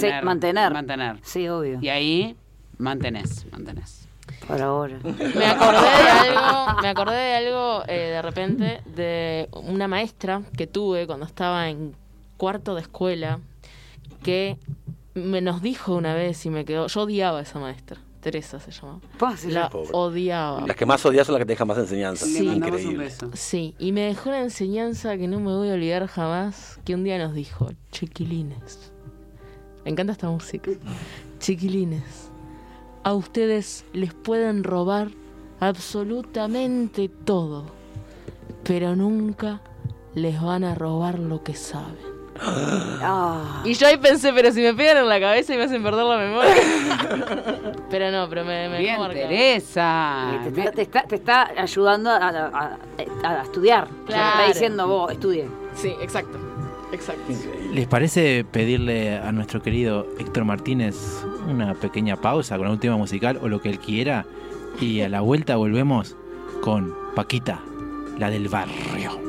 Speaker 4: tener,
Speaker 6: mantener.
Speaker 4: mantener.
Speaker 6: Sí, obvio.
Speaker 4: Y ahí mantenés, mantenés.
Speaker 6: Por ahora.
Speaker 5: Me acordé de algo, me acordé de algo eh, de repente de una maestra que tuve cuando estaba en cuarto de escuela que me nos dijo una vez y me quedó, yo odiaba a esa maestra, Teresa se llamaba.
Speaker 6: Fácil.
Speaker 5: La
Speaker 7: pobre.
Speaker 5: odiaba.
Speaker 7: Las que más odias son las que te dejan más enseñanza.
Speaker 5: Le Sí. mandamos
Speaker 7: Increíble.
Speaker 5: Sí, y me dejó una enseñanza que no me voy a olvidar jamás, que un día nos dijo, chiquilines, me encanta esta música, chiquilines, a ustedes les pueden robar absolutamente todo, pero nunca les van a robar lo que saben.
Speaker 6: Ah,
Speaker 5: Y yo ahí pensé, pero si me pegan en la cabeza y me hacen perder la memoria. <laughs> pero no, pero me... me
Speaker 4: Bien,
Speaker 5: dejó marcada.
Speaker 4: Teresa.
Speaker 5: Ah,
Speaker 6: te, está, te está- te está ayudando a, a- a- a estudiar. O sea, te está
Speaker 5: Claro.
Speaker 6: diciendo vos, estudien.
Speaker 5: Sí, exacto, exacto.
Speaker 3: ¿Les parece pedirle a nuestro querido Héctor Martínez una pequeña pausa con un tema musical o lo que él quiera? Y a la vuelta volvemos con Paquita, la del barrio.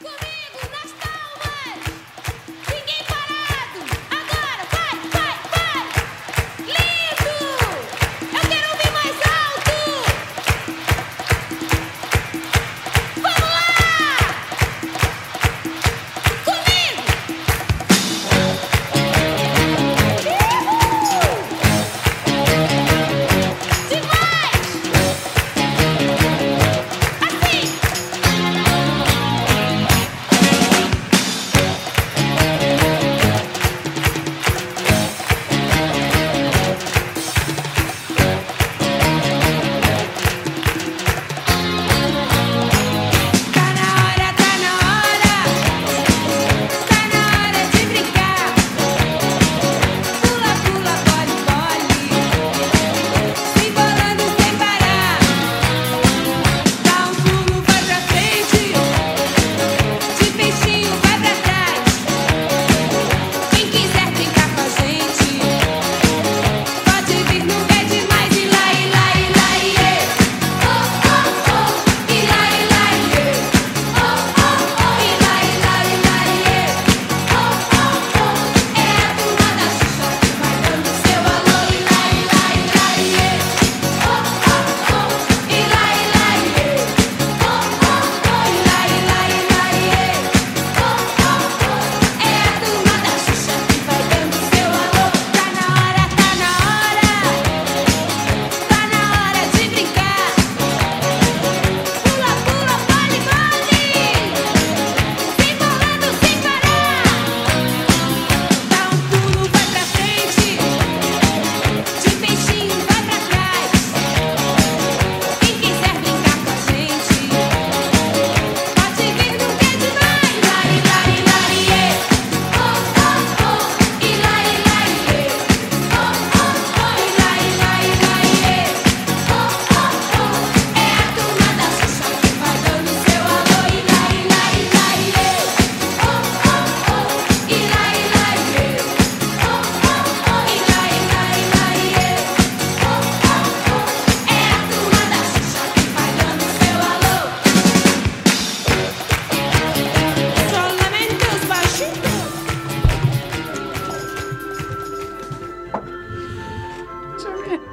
Speaker 2: Comigo nas palmas, ninguém parado. Agora vai, vai, vai. Lindo! Eu quero ouvir mais alto. Vamos lá! Comigo! Uhul! Assim.
Speaker 8: Tá Tá um é. é. é. Tá Tá é. Oh, é. Oh, é. Oh, é. Oh, é. Oh, é. Oh,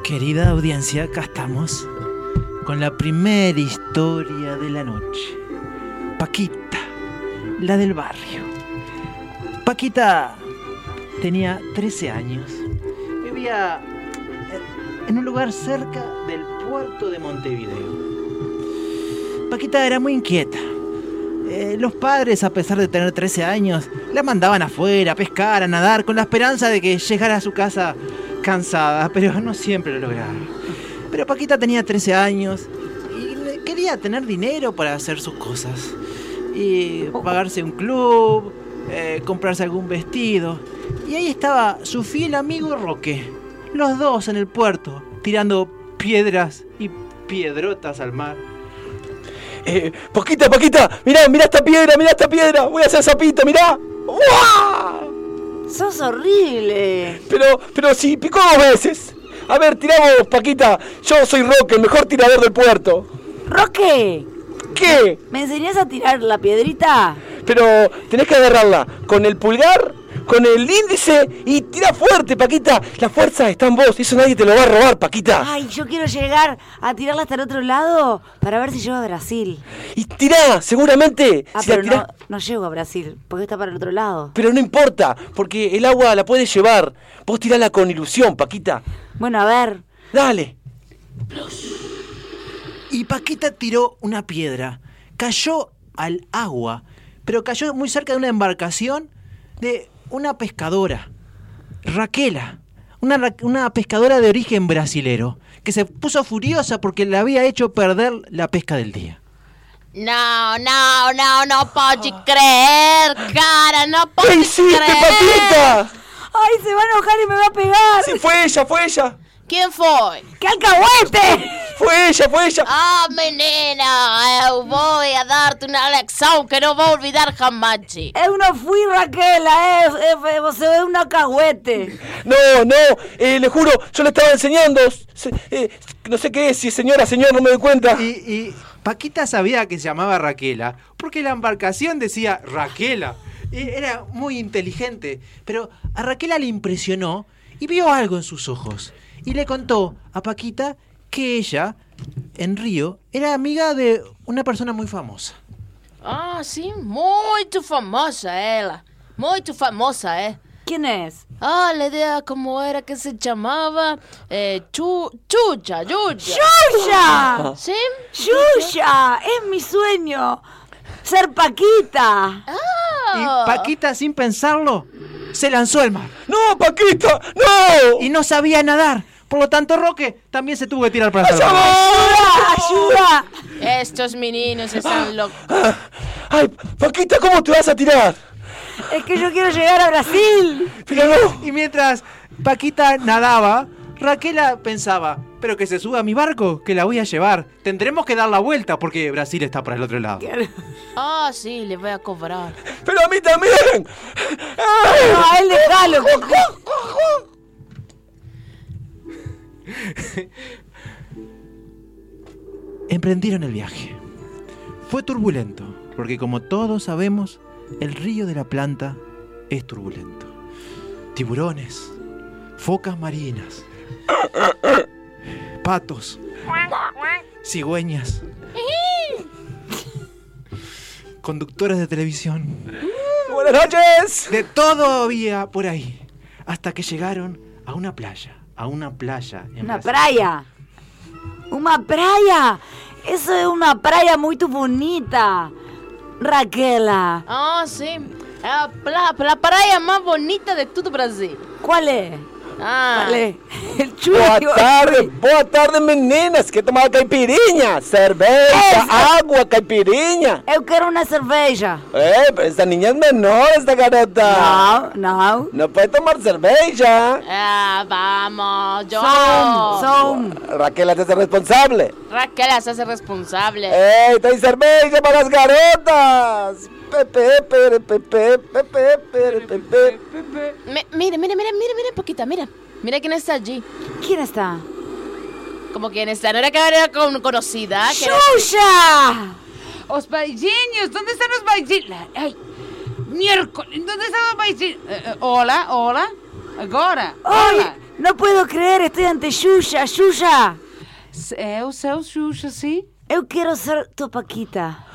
Speaker 3: Querida audiencia, acá estamos con la primera historia de la noche. Paquita, la del barrio. Paquita tenía 13 años. Vivía eh, en- en un lugar cerca del puerto de Montevideo. Paquita era muy inquieta. Eh, los padres, a pesar de tener 13 años, la mandaban afuera a pescar, a nadar, con la esperanza de que llegara a su casa cansada, pero no siempre lo lograba. Pero Paquita tenía 13 años y le- quería tener dinero para hacer sus cosas. Y pagarse un club, eh, comprarse algún vestido. Y ahí estaba su fiel amigo Roque, los dos en el puerto, tirando piedras y piedrotas al mar.
Speaker 7: Eh, Paquita, Paquita, mirá, mirá esta piedra, mirá esta piedra, voy a hacer zapito, mirá. ¡Uah!
Speaker 6: ¡Sos horrible!
Speaker 7: Pero, pero si picó dos veces. A ver, tiramos, Paquita. Yo soy Roque, el mejor tirador del puerto.
Speaker 6: ¡Roque!
Speaker 7: ¿Qué?
Speaker 6: ¿Me enseñás a tirar la piedrita?
Speaker 7: Pero tenés que agarrarla con el pulgar, con el índice y tira fuerte, Paquita. La fuerza está en vos, eso nadie te lo va a robar, Paquita.
Speaker 6: Ay, yo quiero llegar a tirarla hasta el otro lado para ver si llego a Brasil.
Speaker 7: Y tirá, seguramente.
Speaker 6: Ah,
Speaker 7: si la
Speaker 6: pero
Speaker 7: tirás-
Speaker 6: no, no llego a Brasil, porque está para el otro lado.
Speaker 7: Pero no importa, porque el agua la puedes llevar. Vos tirala con ilusión, Paquita.
Speaker 6: Bueno, a ver.
Speaker 7: Dale.
Speaker 3: Y Paquita tiró una piedra. Cayó al agua, pero cayó muy cerca de una embarcación de una pescadora, Raquela, una, ra- una pescadora de origen brasilero, que se puso furiosa porque le había hecho perder la pesca del día.
Speaker 5: No, no, no, no pots creer, cara, no pots
Speaker 7: ¿Qué hiciste,
Speaker 5: creer.
Speaker 7: Paquita?
Speaker 6: ¡Ay, se va a enojar y me va a pegar!
Speaker 7: Sí, fue ella, fue ella.
Speaker 5: ¿Quién foi?
Speaker 6: ¡Qué alcahuete!
Speaker 7: Fue ella, fue ella.
Speaker 5: Ah, menina, eu voy a darte una lección que no voy a olvidar jamás. chi.
Speaker 6: Eu no fui Raquela, eh, eh, vos es un alcahuete.
Speaker 7: No, no, eh, le juro, yo le estaba enseñando. se- eh, no sé qué es, si es señora, señor, no me doy cuenta.
Speaker 3: <laughs> Y, y Paquita sabía que se llamaba Raquela, porque la embarcación decía Raquela. Y era muy inteligente, pero a Raquela le impresionó y vio algo en sus ojos. Y le contó a Paquita que ella, en Río, era amiga de una persona muy famosa.
Speaker 5: Ah, sim, muito famosa ela. Muito famosa, é.
Speaker 6: ¿Quién es?
Speaker 5: Ah, la idea como era que se chamava eh, chu, Chucha, Chucha.
Speaker 6: ¡Yuya!
Speaker 5: Sim?
Speaker 6: ¡Yuya! ¡Es mi sueño! ¡Ser
Speaker 7: Ah.
Speaker 6: Paquita!
Speaker 3: Y Paquita, sin pensarlo, se lanzó al mar
Speaker 7: ¡No, Paquita! ¡No!
Speaker 3: y no sabía nadar. Por lo tanto, Roque también se tuvo que tirar para
Speaker 7: ¡Allá
Speaker 3: atrás.
Speaker 7: va!
Speaker 6: ¡Ayuda!
Speaker 5: Estos meninos
Speaker 6: Ah.
Speaker 5: están locos.
Speaker 7: Ah, ¡Ay, Paquita, cómo te vas a tirar!
Speaker 6: Es que yo quiero llegar a Brasil.
Speaker 7: Pero no.
Speaker 3: Y mientras Paquita nadaba, Raquela pensaba, pero que se suba a mi barco, que la voy a llevar. Tendremos que dar la vuelta porque Brasil está para el otro lado.
Speaker 5: Ah, sí, le voy a cobrar.
Speaker 7: ¡Pero a mí también!
Speaker 6: No, a él déjalo.
Speaker 3: Emprendieron el viaje. Fue turbulento, porque como todos sabemos, el río de la planta es turbulento. Tiburones, focas marinas, patos, cigüeñas, conductores de televisión.
Speaker 7: ¡Buenas noches!
Speaker 3: De todo había por ahí. Hasta que llegaron a una playa. A una playa. en
Speaker 6: Una
Speaker 3: Brasil.
Speaker 6: praia. Una praia. Eso es una praia muy bonita. Raquela,
Speaker 5: Ah, sí. Ah, É a, pla- a praia mais bonita de todo o Brasil.
Speaker 6: ¿cuál es?
Speaker 5: Ah,
Speaker 6: Vale. <laughs> El chulo.
Speaker 7: Boa tarde, boa tarde, meninas. Que tomar caipirinha, cerveza,
Speaker 6: Esa.
Speaker 7: agua, caipirinha.
Speaker 6: Eu quiero una cerveja.
Speaker 7: Eh, pero esta niña es menor, esta garota.
Speaker 6: No, no.
Speaker 7: No puede tomar cerveza.
Speaker 5: ah vamos, yo.
Speaker 6: Son, son.
Speaker 7: Raquel, hazte responsable.
Speaker 5: Raquel se hace responsable.
Speaker 7: ¡Ey, trae cerveza para las garotas! Pepe, pere, pepe, pepe, pere, pepe.
Speaker 5: Me- mire, mire, mire, mire, mire, Paquita, mira. Mira quién está allí.
Speaker 6: ¿Quién está?
Speaker 5: Como quién está. No era que era con- conocida. Que era-
Speaker 6: ¡Yuya!
Speaker 4: Os bailinhos, ¿dónde están los bailinhos? Ay, miércoles, ¿dónde están los bailinhos? Eh, eh, hola, hola, agora,
Speaker 6: ¡Ay!
Speaker 4: hola.
Speaker 6: No puedo creer, estoy ante Yuya, Yuya.
Speaker 4: Eu sou Xuxa, sí.
Speaker 6: Eu quiero ser tu Paquita.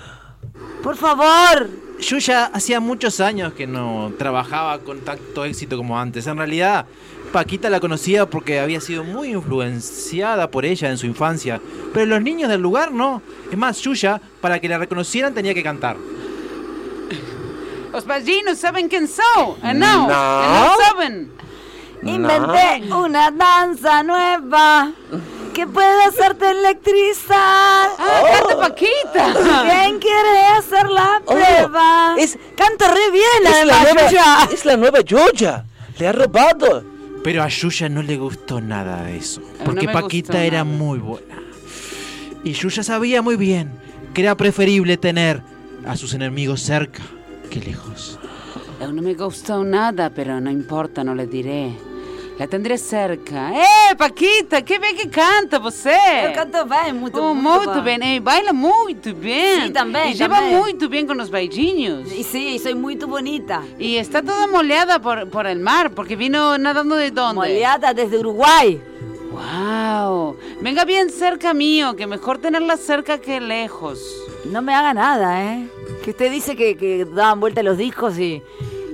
Speaker 6: Por favor.
Speaker 3: Yo ya hacía muchos años que no trabajaba con tanto éxito como antes. En realidad, Paquita la conocía porque había sido muy influenciada por ella en su infancia. Pero los niños del lugar no. Es más, Yuya, para que la reconocieran tenía que cantar.
Speaker 4: Os maginos saben quién sou. E não,
Speaker 7: No.
Speaker 4: e não sabem.
Speaker 6: Inventé una danza nueva que puede hacerte electrizar. Oh.
Speaker 4: Ah, canta Paquita.
Speaker 6: ¿Quién quiere hacer la
Speaker 7: Oh,
Speaker 6: prueba?
Speaker 7: es-
Speaker 6: Canto re bien
Speaker 7: Es la,
Speaker 6: además,
Speaker 7: nueva,
Speaker 6: Yuya.
Speaker 7: es la nueva Yoya. Le ha robado.
Speaker 3: Pero a Yuya no le gustó nada de eso.
Speaker 4: no
Speaker 3: Porque
Speaker 4: me
Speaker 3: Paquita
Speaker 4: gustó
Speaker 3: era
Speaker 4: nada.
Speaker 3: muy buena. Y Yuya sabía muy bien que era preferible tener a sus enemigos cerca que lejos.
Speaker 4: Eu não me gostou nada, pero não importa, não lhe direi. La tendré cerca. Eh, Paquita, que bem que canta você.
Speaker 6: Eu canto bem, muito,
Speaker 4: Oh,
Speaker 6: muito,
Speaker 4: muito bem, Eh, baila muito bem.
Speaker 6: Sim, também,
Speaker 4: E lleva
Speaker 6: também.
Speaker 4: muito bem com os bailinhos.
Speaker 6: Y sí, soy muy bonita.
Speaker 4: Y está toda moleada por, por el mar, porque vino nadando de dónde.
Speaker 6: Moleada desde Uruguay.
Speaker 4: Wow. Venga bien cerca mío, que mejor tenerla cerca que lejos.
Speaker 6: No me haga nada, ¿eh? Que usted dice que, que daban vuelta los discos y,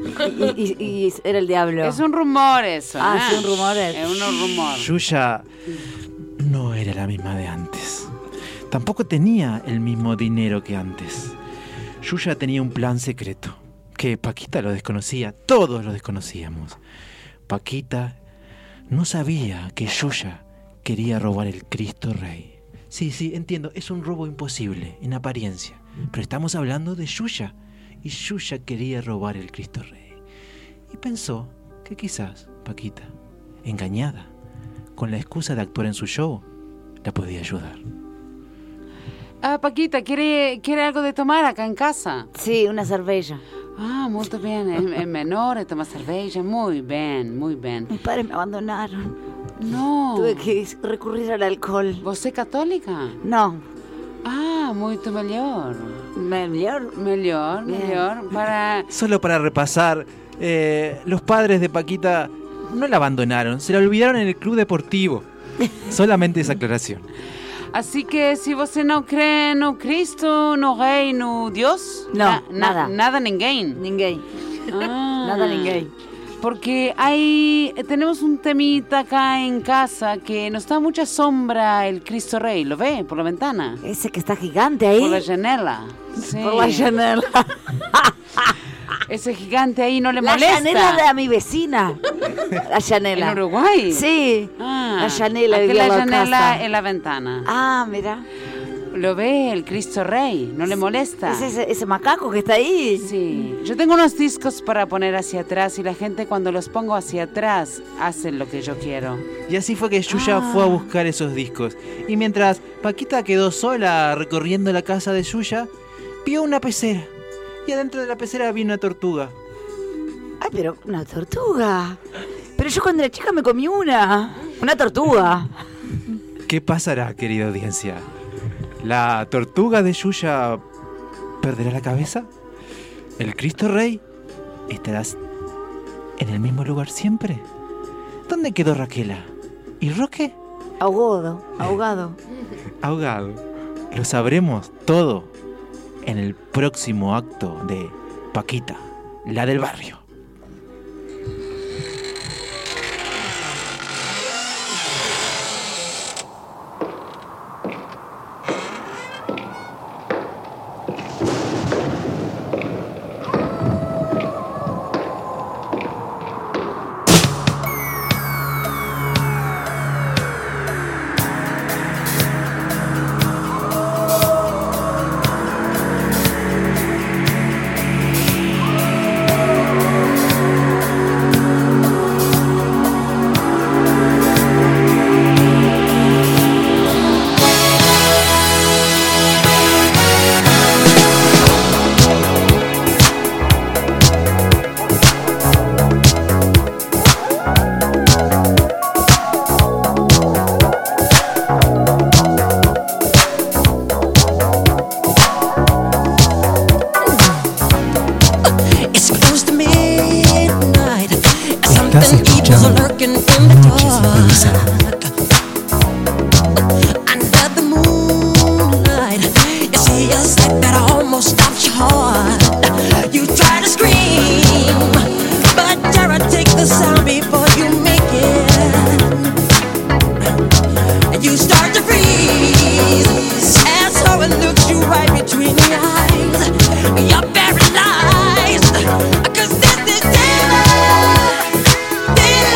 Speaker 6: y, y- y era el diablo.
Speaker 4: Es un rumor eso.
Speaker 6: Ah,
Speaker 4: ¿no?
Speaker 6: es un rumor, eh.
Speaker 4: Es un rumor.
Speaker 3: Yuya no era la misma de antes. Tampoco tenía el mismo dinero que antes. Yuya tenía un plan secreto, que Paquita lo desconocía, todos lo desconocíamos. Paquita no sabía que Yuya quería robar el Cristo Rey. Sí, sí, entiendo, es un robo imposible, en apariencia, pero estamos hablando de Yuya, y Yuya quería robar el Cristo Rey. Y pensó que quizás Paquita, engañada, con la excusa de actuar en su show, la podía ayudar.
Speaker 4: Ah, Paquita, ¿quiere, ¿quiere algo de tomar acá en casa?
Speaker 6: Sí, una cerveza.
Speaker 4: Ah, muy bien. Es, es menor, toma cerveza. Muy bien, muy bien.
Speaker 6: Mis padres me abandonaron.
Speaker 4: No.
Speaker 6: Tuve que recurrir al alcohol.
Speaker 4: ¿Vos es católica?
Speaker 6: No,
Speaker 4: Ah, muy mejor.
Speaker 6: me mejor.
Speaker 4: Mejor, mejor. Para...
Speaker 3: Solo para repasar, eh, los padres de Paquita no la abandonaron, se la olvidaron en el club <laughs> deportivo. Solamente esa aclaración.
Speaker 4: Así que si você não crê no Cristo, no Rei, no Deus,
Speaker 6: Não, nada.
Speaker 4: nada ninguém.
Speaker 6: Ninguém.
Speaker 4: Ah,
Speaker 6: <laughs> Nada ninguém.
Speaker 4: Porque hay, tenemos un temita acá en casa que nos da mucha sombra el Cristo Rey. ¿Lo ve? Por la ventana.
Speaker 6: Ese que está gigante ahí.
Speaker 4: Por la janela. Sí.
Speaker 6: ¿Eh? Por
Speaker 4: <laughs>
Speaker 6: la llanela.
Speaker 4: Ese gigante ahí no le
Speaker 6: La
Speaker 4: molesta.
Speaker 6: llanela de a mi vecina. La llanela.
Speaker 4: ¿En Uruguay?
Speaker 6: Sí.
Speaker 4: Ah,
Speaker 6: la llanela
Speaker 4: aquella
Speaker 6: vivía al lado de
Speaker 4: janela
Speaker 6: casa.
Speaker 4: en la ventana.
Speaker 6: Ah, mira.
Speaker 4: ¿Lo ve el Cristo Rey? ¿No le molesta?
Speaker 6: Es ese, ese macaco que está ahí.
Speaker 4: Sí, yo tengo unos discos para poner hacia atrás y la gente cuando los pongo hacia atrás hacen lo que yo quiero.
Speaker 3: Y así fue que Yuya fue a buscar esos discos. Y mientras Paquita quedó sola recorriendo la casa de Yuya, vio una pecera. Y adentro de la pecera vi una tortuga.
Speaker 6: Ay, pero una tortuga. Pero yo cuando era chica me comí una. Una tortuga.
Speaker 3: ¿Qué pasará, querida audiencia? ¿La tortuga de Yuya perderá la cabeza? ¿El Cristo Rey estarás en el mismo lugar siempre? ¿Dónde quedó Raquela? ¿Y Roque?
Speaker 6: Ahogado. Ahogado.
Speaker 3: Ahogado. Lo sabremos todo en el próximo acto de Paquita, la del barrio.
Speaker 2: Thank
Speaker 8: Under the moonlight, you see a sight that almost stops your heart. You try to scream, but Jared take the sound before you make it. And you start to freeze as someone looks you right between the eyes. You're paralyzed, 'cause this is daylight.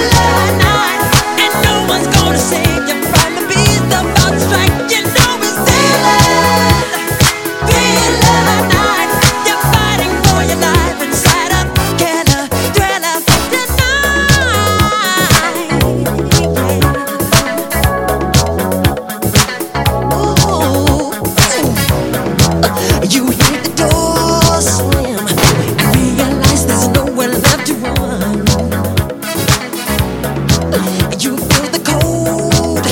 Speaker 8: Ooh. You hear the door slam and realize there's nowhere left to run. You feel the cold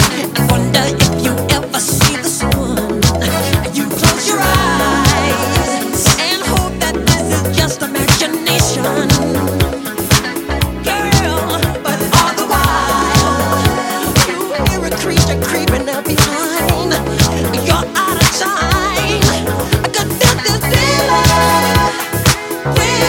Speaker 8: hand and wonder if you ever see the sun. You close your eyes and hope that this is just imagination. Girl, but all the while you hear a creature creeping up behind. You're out of time. 'Cause this is daylight.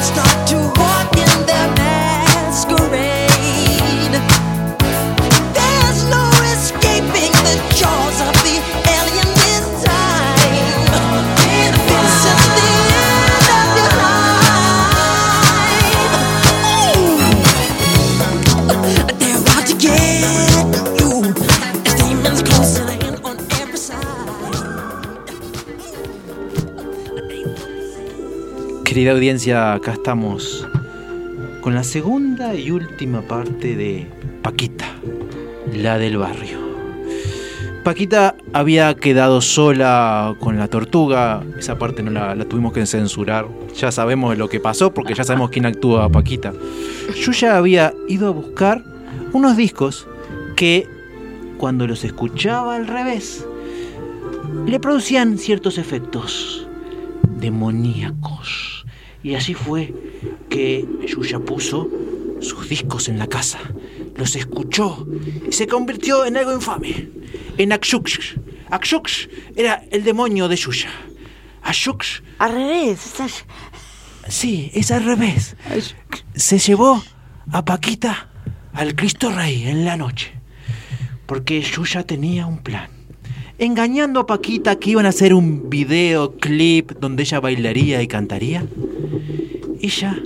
Speaker 8: Start to walk in their masquerade. There's no escaping the jaws of the alien this time. This is the end of your life. They're out to get you. As demons closing in on every side.
Speaker 3: Querida audiencia, acá estamos con la segunda y última parte de Paquita, la del barrio. Paquita había quedado sola con la tortuga, esa parte no la, la tuvimos que censurar, ya sabemos lo que pasó porque ya sabemos quién actúa Paquita. Yo ya había ido a buscar unos discos que cuando los escuchaba al revés le producían ciertos efectos demoníacos. Y así fue que Yuya puso sus discos en la casa, los escuchó y se convirtió en algo infame, en Akshuksh. Akshuksh era el demonio de Yuya. Akshuksh,
Speaker 6: Al revés, estás-
Speaker 3: sí, es al revés. Se llevó a Paquita al Cristo Rey en la noche, porque Yuya tenía un plan engañando a Paquita que iban a hacer un videoclip donde ella bailaría y cantaría. Ella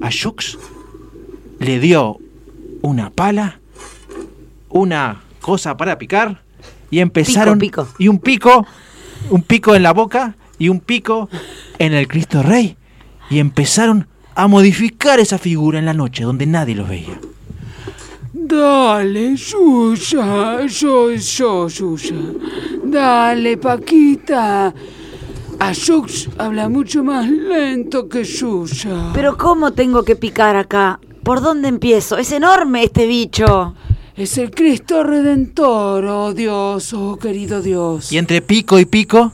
Speaker 3: a Shux le dio una pala, una cosa para picar y empezaron
Speaker 6: pico.
Speaker 3: y un pico, un pico en la boca y un pico en el Cristo Rey y empezaron a modificar esa figura en la noche donde nadie los veía.
Speaker 4: Dale, Susa, soy yo, Susa. Dale, Paquita. A Sux habla mucho más lento que Susa.
Speaker 6: Pero ¿cómo tengo que picar acá? ¿Por dónde empiezo? Es enorme este bicho.
Speaker 4: Es el Cristo Redentor, oh Dios, oh querido Dios.
Speaker 3: Y entre pico y pico,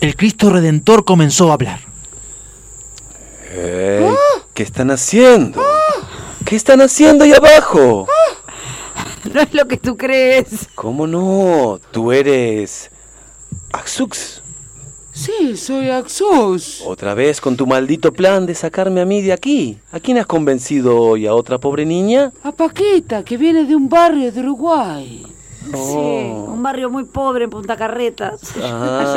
Speaker 3: el Cristo Redentor comenzó a hablar.
Speaker 7: Ey, ¿Qué están haciendo? ¿Qué están haciendo ahí abajo?
Speaker 6: No es lo que tú crees.
Speaker 7: ¿Cómo no? Tú eres Axux.
Speaker 4: Sí, soy Axus.
Speaker 7: Otra vez con tu maldito plan de sacarme a mí de aquí. ¿A quién has convencido hoy? ¿A otra pobre niña?
Speaker 4: A Paquita, que viene de un barrio de Uruguay.
Speaker 6: Sí, un barrio muy pobre en Punta Carretas, <laughs> allá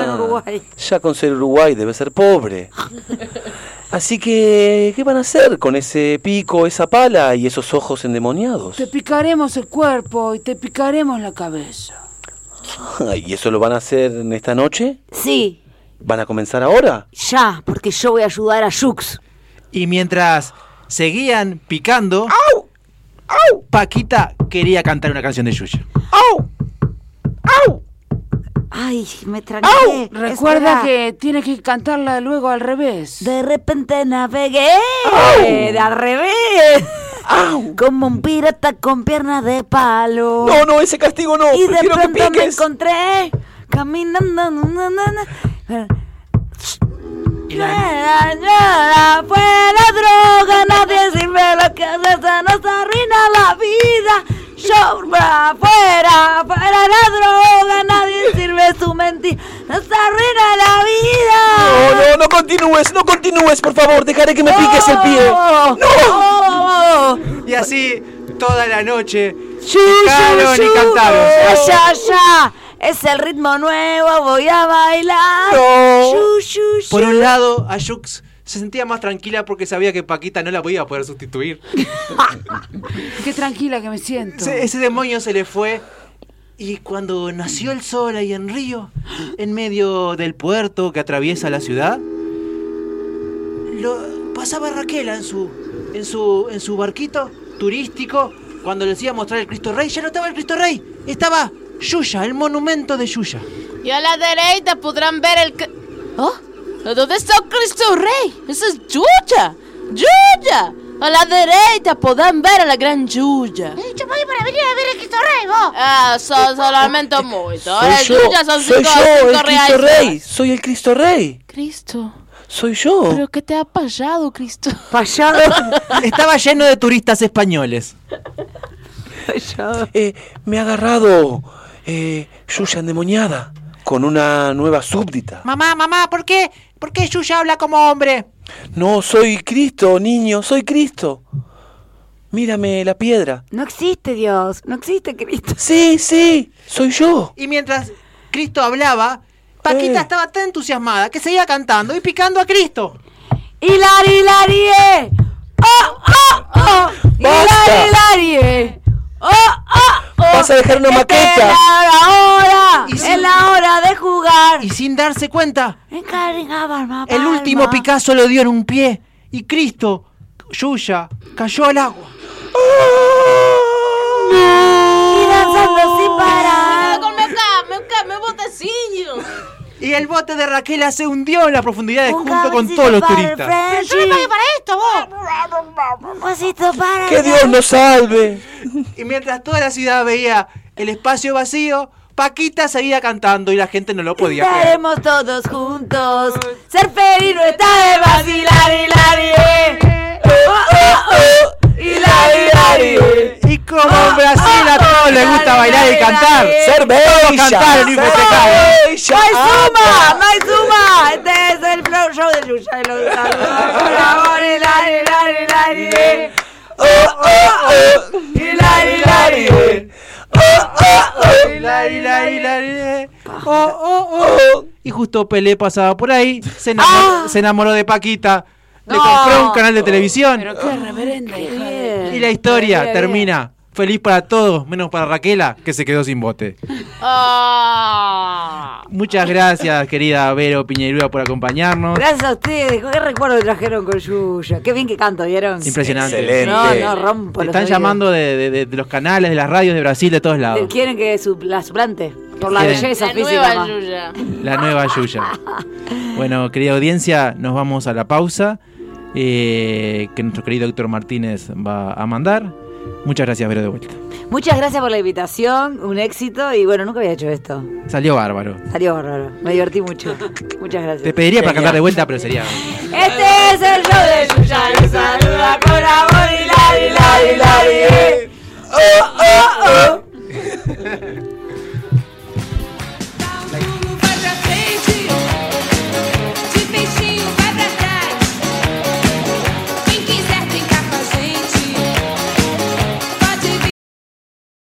Speaker 6: en
Speaker 7: Oh. Ah,
Speaker 6: Uruguay.
Speaker 7: Ya con ser Uruguay debe ser
Speaker 6: <laughs>
Speaker 7: pobre. Así que, ¿qué van a hacer con ese pico, esa pala y esos ojos endemoniados?
Speaker 4: Te picaremos el cuerpo y te picaremos la cabeza.
Speaker 7: <laughs> ¿Y eso lo van a hacer en esta noche?
Speaker 6: Sí,
Speaker 7: ¿Van a comenzar ahora?
Speaker 6: ya, porque yo voy a ayudar a Jux.
Speaker 3: Y mientras seguían picando, Paquita quería cantar una canción de Yuya.
Speaker 6: Ay, me tranqué.
Speaker 4: Recuerda
Speaker 6: Espera.
Speaker 4: que tienes que cantarla luego al revés.
Speaker 6: De repente navegué de al revés. Como un pirata con pierna de palo.
Speaker 7: No, no, ese castigo no.
Speaker 6: y de
Speaker 7: prefiero pues, que
Speaker 6: pronto me
Speaker 7: piques.
Speaker 6: encontré caminando. na, na, na, na. Llora, llora, fue la droga, nadie sirve lo que hace, se nos arruina la vida. Yo fuera, fuera, fuera la droga, nadie sirve su mentira, nos arruina la vida.
Speaker 7: No, no, no continúes, no continúes, por favor, dejaré que me piques el pie.
Speaker 6: Oh, oh, oh.
Speaker 3: Y así, toda la noche.
Speaker 6: Chu,
Speaker 3: Picaron
Speaker 6: chu,
Speaker 3: y
Speaker 6: chu.
Speaker 3: cantaron.
Speaker 6: Ya, ya, es el ritmo nuevo, voy a bailar.
Speaker 7: No.
Speaker 6: Chu, chu, chu.
Speaker 3: Por un lado, Ayux se sentía más tranquila porque sabía que Paquita no la podía poder sustituir.
Speaker 4: Qué tranquila que me siento.
Speaker 3: Ese, ese demonio se le fue. Y cuando nació el sol ahí en Río, en medio del puerto que atraviesa la ciudad, lo pasaba Raquel en su, en su, en su barquito turístico. Cuando les iba a mostrar el Cristo Rey, ya no estaba el Cristo Rey, estaba Yuya, el monumento de Yuya.
Speaker 5: Y a la derecha podrán ver el... cr- ¿Oh? ¿Dónde está el Cristo Rey? ¡Eso es Yuya! ¡Yuya! A la derecha podrán ver a la gran Yuya.
Speaker 9: Yo voy para venir a ver el Cristo Rey, vos.
Speaker 5: Ah, son solamente eh. mucho. Ahora
Speaker 7: Soy yo,
Speaker 5: Yuya son cinco,
Speaker 7: soy yo,
Speaker 5: cinco
Speaker 7: el Cristo
Speaker 5: reales.
Speaker 7: Rey. Soy el Cristo Rey.
Speaker 5: Cristo,
Speaker 7: Soy yo.
Speaker 5: ¿pero qué te ha pasado, Cristo?
Speaker 6: Payado.
Speaker 3: Estaba lleno de turistas españoles.
Speaker 7: Eh, me ha agarrado eh, Yuya endemoniada con una nueva súbdita.
Speaker 3: Mamá, mamá, ¿por qué? ¿Por qué Yuya habla como hombre?
Speaker 7: No, soy Cristo, niño, soy Cristo. Mírame la piedra.
Speaker 6: No existe Dios, no existe Cristo.
Speaker 7: Sí, sí, soy yo.
Speaker 3: Y mientras Cristo hablaba, Paquita
Speaker 7: Eh.
Speaker 3: estaba tan entusiasmada que seguía cantando y picando a Cristo.
Speaker 6: Hilari, hilari, eh. Oh, oh, oh.
Speaker 7: Basta.
Speaker 6: Hilari, hilari, eh. Oh, oh, oh.
Speaker 7: Vas a dejar una
Speaker 6: Esta es
Speaker 7: maqueta.
Speaker 6: la hora,
Speaker 3: Y sí.
Speaker 6: es la hora de jugar.
Speaker 3: Y sin darse cuenta,
Speaker 6: Encarga, palma,
Speaker 3: el último
Speaker 6: palma.
Speaker 3: Picasso lo dio en un pie y Cristo, Yuya, cayó al agua.
Speaker 6: Y danzando sin parar.
Speaker 5: Con meu cá, meu cá, meu botecinho.
Speaker 3: Y el bote de Raquel se hundió en las profundidades
Speaker 6: Un
Speaker 3: junto con
Speaker 6: cabecito
Speaker 3: todos los
Speaker 6: para el
Speaker 3: turistas.
Speaker 6: frente,
Speaker 9: Yo no pagué para esto, vos.
Speaker 6: Un pasito para
Speaker 7: Que
Speaker 6: allá.
Speaker 7: Dios nos salve.
Speaker 3: Y mientras toda la ciudad veía el espacio vacío, Paquita seguía cantando y la gente no lo podía creer.
Speaker 6: Estaremos todos juntos.
Speaker 7: Eh.
Speaker 6: Ser feliz no está de vacilar, hilari, eh. Oh, oh, oh. Hilari, hilari, eh.
Speaker 3: Y como en Brasil a todos les gusta bailar y cantar.
Speaker 7: Ser bella.
Speaker 3: cantaron y
Speaker 7: ser
Speaker 3: festejaron.
Speaker 7: bella.
Speaker 6: ¡Maizuma! ¡Maizuma! Este es el flow show de Yuya y los Por favor, hilari, hilari, hilari, eh.
Speaker 7: Oh, oh, oh.
Speaker 6: Hilari, hilari, eh.
Speaker 7: Oh, oh, oh.
Speaker 3: Hilari, hilari, hilari, eh. Oh, oh, oh.
Speaker 7: Oh.
Speaker 3: Y justo Pelé pasaba por ahí, se enamoró, se enamoró de Paquita, le compró un canal de televisión.
Speaker 4: Pero qué reverenda hija de-
Speaker 3: Y la historia termina feliz para todos, menos para Raquela, que se quedó sin bote.
Speaker 5: Ah.
Speaker 3: Muchas gracias, querida Vero Piñerúa, por acompañarnos.
Speaker 6: Gracias a ustedes. Qué recuerdo que trajeron con Yuya. Qué bien que canto, ¿vieron?
Speaker 3: Impresionante.
Speaker 7: Excelente.
Speaker 6: No, no, rompo
Speaker 3: Te
Speaker 6: los
Speaker 3: están
Speaker 6: oídos.
Speaker 3: llamando de, de- de- de los canales, de las radios de Brasil, de todos lados.
Speaker 6: Quieren que su- la suplante. Por la
Speaker 3: Quieren.
Speaker 6: belleza
Speaker 5: La
Speaker 6: física.
Speaker 5: nueva
Speaker 6: más.
Speaker 5: Yuya.
Speaker 3: La nueva
Speaker 6: <laughs>
Speaker 3: Yuya. Bueno, querida audiencia, nos vamos a la pausa eh, que nuestro querido Héctor Martínez va a mandar. Muchas gracias, Vero, de vuelta.
Speaker 6: Muchas gracias por la invitación. Un éxito. Y bueno, nunca había hecho esto.
Speaker 3: Salió bárbaro.
Speaker 6: Salió bárbaro. Me divertí mucho. Muchas gracias.
Speaker 3: Te pediría para cantar de vuelta, pero sería.
Speaker 6: Este es el show de Yuya. Les saluda con